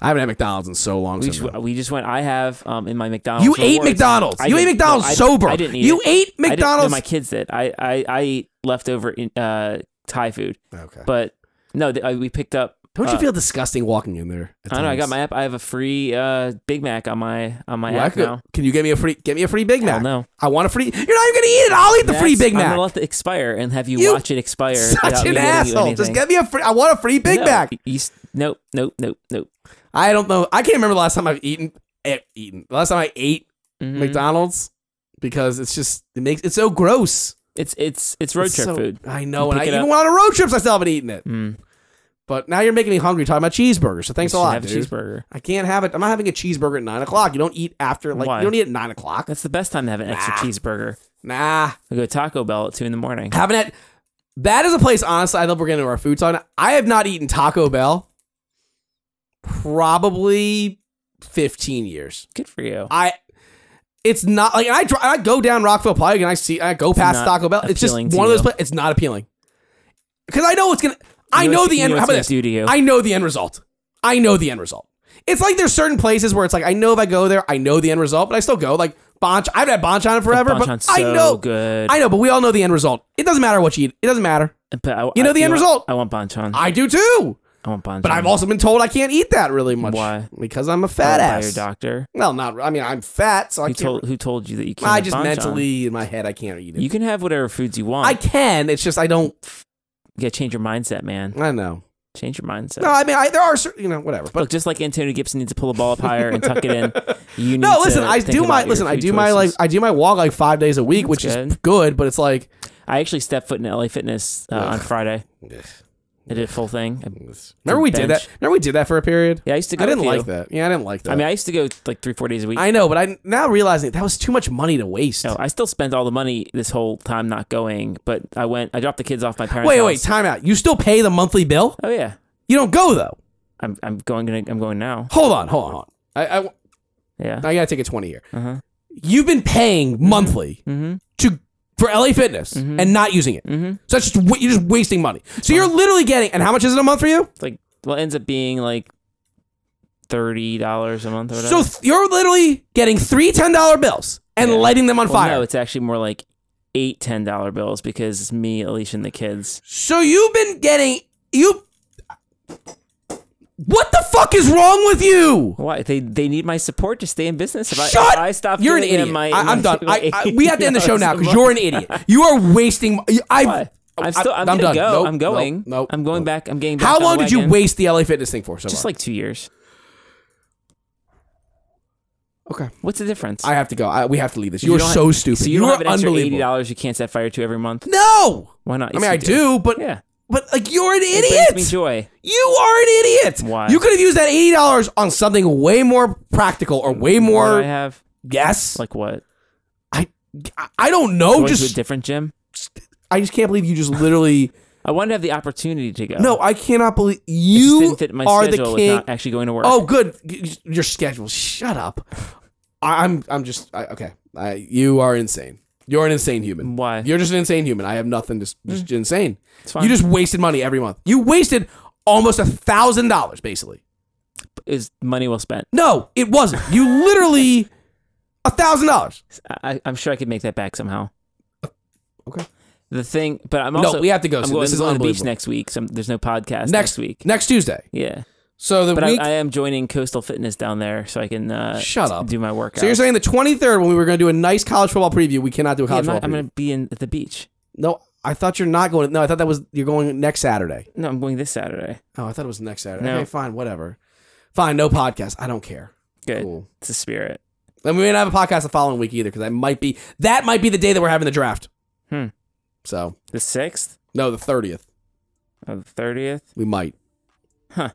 Speaker 3: I haven't had McDonald's in so long.
Speaker 2: We
Speaker 3: so
Speaker 2: just,
Speaker 3: no.
Speaker 2: we just went. I have um in my McDonald's.
Speaker 3: you ate
Speaker 2: rewards-
Speaker 3: McDonald's.
Speaker 2: I
Speaker 3: you ate
Speaker 2: didn't- no,
Speaker 3: McDonald's
Speaker 2: I-
Speaker 3: sober.
Speaker 2: I didn't eat
Speaker 3: you
Speaker 2: it.
Speaker 3: ate
Speaker 2: I didn't- no,
Speaker 3: McDonald's.
Speaker 2: my kids did. I I I ate leftover in, uh Thai food,
Speaker 3: okay.
Speaker 2: but No, th- I, we picked up.
Speaker 3: Don't you
Speaker 2: uh,
Speaker 3: feel disgusting walking in there? at
Speaker 2: I don't know. I got
Speaker 3: times?
Speaker 2: my app. I have a free uh, Big Mac on my on my
Speaker 3: Well, I
Speaker 2: app
Speaker 3: could-
Speaker 2: now.
Speaker 3: Can you get me a free? Get me a free Big
Speaker 2: Hell
Speaker 3: Mac.
Speaker 2: no.
Speaker 3: I want a free. You're not even gonna eat it. I'll eat the free
Speaker 2: That's-
Speaker 3: Big
Speaker 2: I'm
Speaker 3: Mac.
Speaker 2: gonna let it expire and have you,
Speaker 3: You
Speaker 2: watch it expire. without
Speaker 3: Such
Speaker 2: me getting
Speaker 3: an
Speaker 2: you
Speaker 3: asshole. Just
Speaker 2: anything.
Speaker 3: get me a free. I want a free Big
Speaker 2: No,
Speaker 3: Mac.
Speaker 2: you s- nope, nope, nope, nope.
Speaker 3: I don't know. I can't remember the last time I've eaten. eh, Eaten. The last time I ate
Speaker 2: Mhm.
Speaker 3: McDonald's because it's just it makes it's so gross.
Speaker 2: It's it's it's road
Speaker 3: It's
Speaker 2: trip
Speaker 3: so-
Speaker 2: food.
Speaker 3: I know,
Speaker 2: You
Speaker 3: and I
Speaker 2: pick it
Speaker 3: even
Speaker 2: up.
Speaker 3: went on a road trips. I still haven't eaten it.
Speaker 2: Mm.
Speaker 3: But now you're making me hungry talking about cheeseburgers. So thanks
Speaker 2: You
Speaker 3: a
Speaker 2: should
Speaker 3: lot,
Speaker 2: Have a
Speaker 3: dude.
Speaker 2: cheeseburger.
Speaker 3: I can't have it. I'm not having a cheeseburger at nine o'clock. You don't eat after like
Speaker 2: Why?
Speaker 3: you don't eat at nine o'clock.
Speaker 2: That's the best time to have an extra
Speaker 3: Nah.
Speaker 2: cheeseburger.
Speaker 3: Nah,
Speaker 2: I go to Taco Bell at two in the morning.
Speaker 3: haven't had. That is a place. Honestly, I love we're getting into our food on. I have not eaten Taco Bell probably fifteen years.
Speaker 2: Good for you.
Speaker 3: I it's not like I dri I go down Rockville Pike and I see I go past
Speaker 2: not
Speaker 3: Taco Bell. It's just one
Speaker 2: appealing to
Speaker 3: of those
Speaker 2: you.
Speaker 3: places. It's not appealing because I know it's gonna. I
Speaker 2: You
Speaker 3: know
Speaker 2: what-
Speaker 3: the
Speaker 2: you
Speaker 3: end.
Speaker 2: what
Speaker 3: How
Speaker 2: it's
Speaker 3: about
Speaker 2: gonna
Speaker 3: this?
Speaker 2: Do to you?
Speaker 3: I know the end result. I know the end result. It's like there's certain places where it's like I know if I go there, I know the end result, but I still go. Like Bonch, I've had Bonch on it forever, but
Speaker 2: Bonchon's
Speaker 3: I
Speaker 2: so
Speaker 3: know,
Speaker 2: good.
Speaker 3: I know, but we all know the end result. It doesn't matter what you eat. It doesn't matter.
Speaker 2: but I,
Speaker 3: You know the end
Speaker 2: what?
Speaker 3: result.
Speaker 2: I want banchan. I,
Speaker 3: I do too,
Speaker 2: want banchan.
Speaker 3: but I've also been told I can't eat that really much.
Speaker 2: Why?
Speaker 3: Because I'm a fat
Speaker 2: by your
Speaker 3: ass.
Speaker 2: doctor.
Speaker 3: Well, not. I mean, I'm fat, so I
Speaker 2: Who
Speaker 3: can't.
Speaker 2: told who told you that you can't?
Speaker 3: I
Speaker 2: have
Speaker 3: just
Speaker 2: banchan?
Speaker 3: mentally in my head I can't eat it.
Speaker 2: You can have whatever foods you want.
Speaker 3: I can. It's just I don't.
Speaker 2: You gotta change your mindset, man.
Speaker 3: I know.
Speaker 2: Change your mindset.
Speaker 3: No, I mean I, there are certain you know whatever. But
Speaker 2: Look, just like Antonio Gibson needs to pull a ball up higher and tuck it in. You need
Speaker 3: no, listen.
Speaker 2: to
Speaker 3: I
Speaker 2: think
Speaker 3: do my
Speaker 2: about your
Speaker 3: listen. I
Speaker 2: food
Speaker 3: do my like
Speaker 2: choices.
Speaker 3: I do my walk like five days a week,
Speaker 2: That's
Speaker 3: which is
Speaker 2: good.
Speaker 3: good. But it's like
Speaker 2: I actually stepped foot in LA Fitness uh, on
Speaker 3: Ugh.
Speaker 2: Friday. I did a full thing. I-
Speaker 3: remember we did
Speaker 2: bench.
Speaker 3: that. Remember we did that for a period.
Speaker 2: yeah, I used to go.
Speaker 3: I didn't
Speaker 2: with you.
Speaker 3: like that. Yeah, I didn't like that.
Speaker 2: I mean, I used to go like three, four days a week.
Speaker 3: I know, but I now realizing that was too much money to waste.
Speaker 2: No, I still spent all the money this whole time not going, but I went. I dropped the kids off my parents.
Speaker 3: wait, wait,
Speaker 2: house.
Speaker 3: time out. You still pay the monthly bill?
Speaker 2: Oh yeah,
Speaker 3: You don't go though.
Speaker 2: I'm I'm going. Gonna, I'm going now.
Speaker 3: Hold on, hold on, hold on. I I,
Speaker 2: Yeah.
Speaker 3: I gotta take a twenty here.
Speaker 2: Uh huh.
Speaker 3: You've been paying monthly
Speaker 2: Mhm.
Speaker 3: to for LA Fitness
Speaker 2: Mm-hmm.
Speaker 3: and not using it.
Speaker 2: Mhm.
Speaker 3: So that's just wa- you're just wasting money. So
Speaker 2: Uh-huh.
Speaker 3: you're literally getting and how much is it a month for you?
Speaker 2: It's like well, it ends up being like thirty dollars a month or whatever.
Speaker 3: So th- you're literally getting three ten dollar bills and
Speaker 2: Yeah.
Speaker 3: lighting them on
Speaker 2: Well,
Speaker 3: fire.
Speaker 2: No, it's actually more like eight ten dollar bills because it's me, Alicia, and the kids.
Speaker 3: so you've been getting you. What the fuck is wrong with you?
Speaker 2: Why they they need my support to stay in business? If I- if
Speaker 3: Shut!
Speaker 2: I, stop.
Speaker 3: You're an
Speaker 2: giving them
Speaker 3: idiot.
Speaker 2: My,
Speaker 3: I, am
Speaker 2: my-
Speaker 3: done.
Speaker 2: my
Speaker 3: I, I, we have to end the show
Speaker 2: $80
Speaker 3: now
Speaker 2: a
Speaker 3: because
Speaker 2: month.
Speaker 3: you're an idiot. You are wasting. I.
Speaker 2: Why? I'm still. I'm, gonna
Speaker 3: done.
Speaker 2: go.
Speaker 3: Nope,
Speaker 2: I'm
Speaker 3: nope,
Speaker 2: going.
Speaker 3: nope,
Speaker 2: I'm going
Speaker 3: nope.
Speaker 2: back. I'm getting. Back
Speaker 3: How
Speaker 2: on the
Speaker 3: long did you
Speaker 2: wagon.
Speaker 3: waste the LA Fitness thing for? So
Speaker 2: Just
Speaker 3: far?
Speaker 2: like two years.
Speaker 3: okay,
Speaker 2: What's the difference?
Speaker 3: I have to go. I, we have to leave this.
Speaker 2: You
Speaker 3: You, are
Speaker 2: don't-
Speaker 3: so stupid.
Speaker 2: so you,
Speaker 3: you,
Speaker 2: don't
Speaker 3: are
Speaker 2: have an extra eighty
Speaker 3: unbelievable.
Speaker 2: dollars you can't set fire to every month.
Speaker 3: No,
Speaker 2: Why not?
Speaker 3: I
Speaker 2: Yes,
Speaker 3: mean
Speaker 2: you
Speaker 3: I do, but
Speaker 2: Yeah,
Speaker 3: but like you're an
Speaker 2: It
Speaker 3: idiot.
Speaker 2: brings me joy.
Speaker 3: You are an idiot.
Speaker 2: Why?
Speaker 3: You could have used that eighty dollars on something way more practical or way
Speaker 2: What do I
Speaker 3: more.
Speaker 2: have
Speaker 3: Yes,
Speaker 2: like what?
Speaker 3: I, I don't know.
Speaker 2: Going to a
Speaker 3: Oh, Just
Speaker 2: different gym.
Speaker 3: I just can't believe you just literally.
Speaker 2: I wanted to have the opportunity to go.
Speaker 3: no, I cannot believe
Speaker 2: It just
Speaker 3: you
Speaker 2: didn't fit my
Speaker 3: are
Speaker 2: schedule
Speaker 3: the
Speaker 2: with
Speaker 3: king.
Speaker 2: not actually going to work.
Speaker 3: Oh, good. Y- Your schedule. Shut up. I, I'm I'm just I, okay. I, you are insane. You're an insane human.
Speaker 2: Why? Mm.
Speaker 3: You're just an insane human. I have nothing. Just just insane.
Speaker 2: It's fine.
Speaker 3: You just wasted money every month. You wasted almost a thousand dollars basically.
Speaker 2: is money well spent.
Speaker 3: No, it wasn't. You literally a thousand dollars.
Speaker 2: I, I- I'm sure I could make that back somehow.
Speaker 3: Okay.
Speaker 2: The thing, but I'm
Speaker 3: No,
Speaker 2: also
Speaker 3: we have to go
Speaker 2: I'm
Speaker 3: soon.
Speaker 2: going,
Speaker 3: This
Speaker 2: I'm
Speaker 3: is
Speaker 2: going to the beach
Speaker 3: unbelievable.
Speaker 2: next week. So there's no podcast next, week.
Speaker 3: next Tuesday.
Speaker 2: Yeah,
Speaker 3: So the
Speaker 2: but
Speaker 3: week.
Speaker 2: I, I am joining Coastal Fitness down there, so I can uh,
Speaker 3: Shut up.
Speaker 2: do my workout.
Speaker 3: so you're saying the 23rd when we were going to do a nice college football preview, we cannot do a
Speaker 2: Yeah, I'm,
Speaker 3: college
Speaker 2: not- I'm
Speaker 3: football. preview.
Speaker 2: going to be in at the beach.
Speaker 3: No, I thought you're not going. No, I thought that was you're going next Saturday.
Speaker 2: No, I'm going this Saturday.
Speaker 3: Oh, I thought it was next Saturday.
Speaker 2: No.
Speaker 3: Okay, fine, whatever. Fine, no podcast. I don't care.
Speaker 2: Good.
Speaker 3: Cool.
Speaker 2: It's a spirit.
Speaker 3: And we may not have a podcast the following week either because that might be that might be the day that we're having the draft.
Speaker 2: Hmm.
Speaker 3: So
Speaker 2: The sixth
Speaker 3: no, the 30th
Speaker 2: of the thirtieth.
Speaker 3: we might.
Speaker 2: Huh.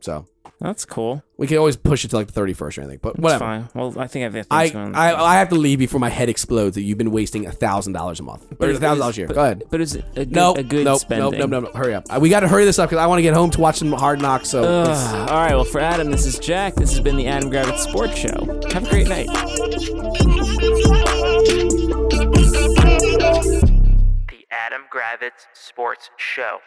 Speaker 3: So
Speaker 2: That's cool.
Speaker 3: we can always push it to like the 31st or anything, but
Speaker 2: That's
Speaker 3: whatever.
Speaker 2: fine. Well, I think I've got
Speaker 3: I,
Speaker 2: things going.
Speaker 3: I I have to leave before my head explodes that you've been wasting a thousand dollars a month. Or
Speaker 2: it
Speaker 3: a thousand
Speaker 2: is-
Speaker 3: dollars a year. Go ahead.
Speaker 2: but it's a good,
Speaker 3: Nope.
Speaker 2: a good
Speaker 3: nope,
Speaker 2: spending.
Speaker 3: nope. Nope. Nope. Nope. Hurry up. Uh, We got to hurry this up because I want to get home to watch some Hard Knocks. So let's-
Speaker 2: Ugh. all right. Well, for Adam, this is Jack. This has been the Adam Gravitz Sports Show. Have a great night.
Speaker 4: Thank you.
Speaker 1: The Adam Gravitz Sports Show.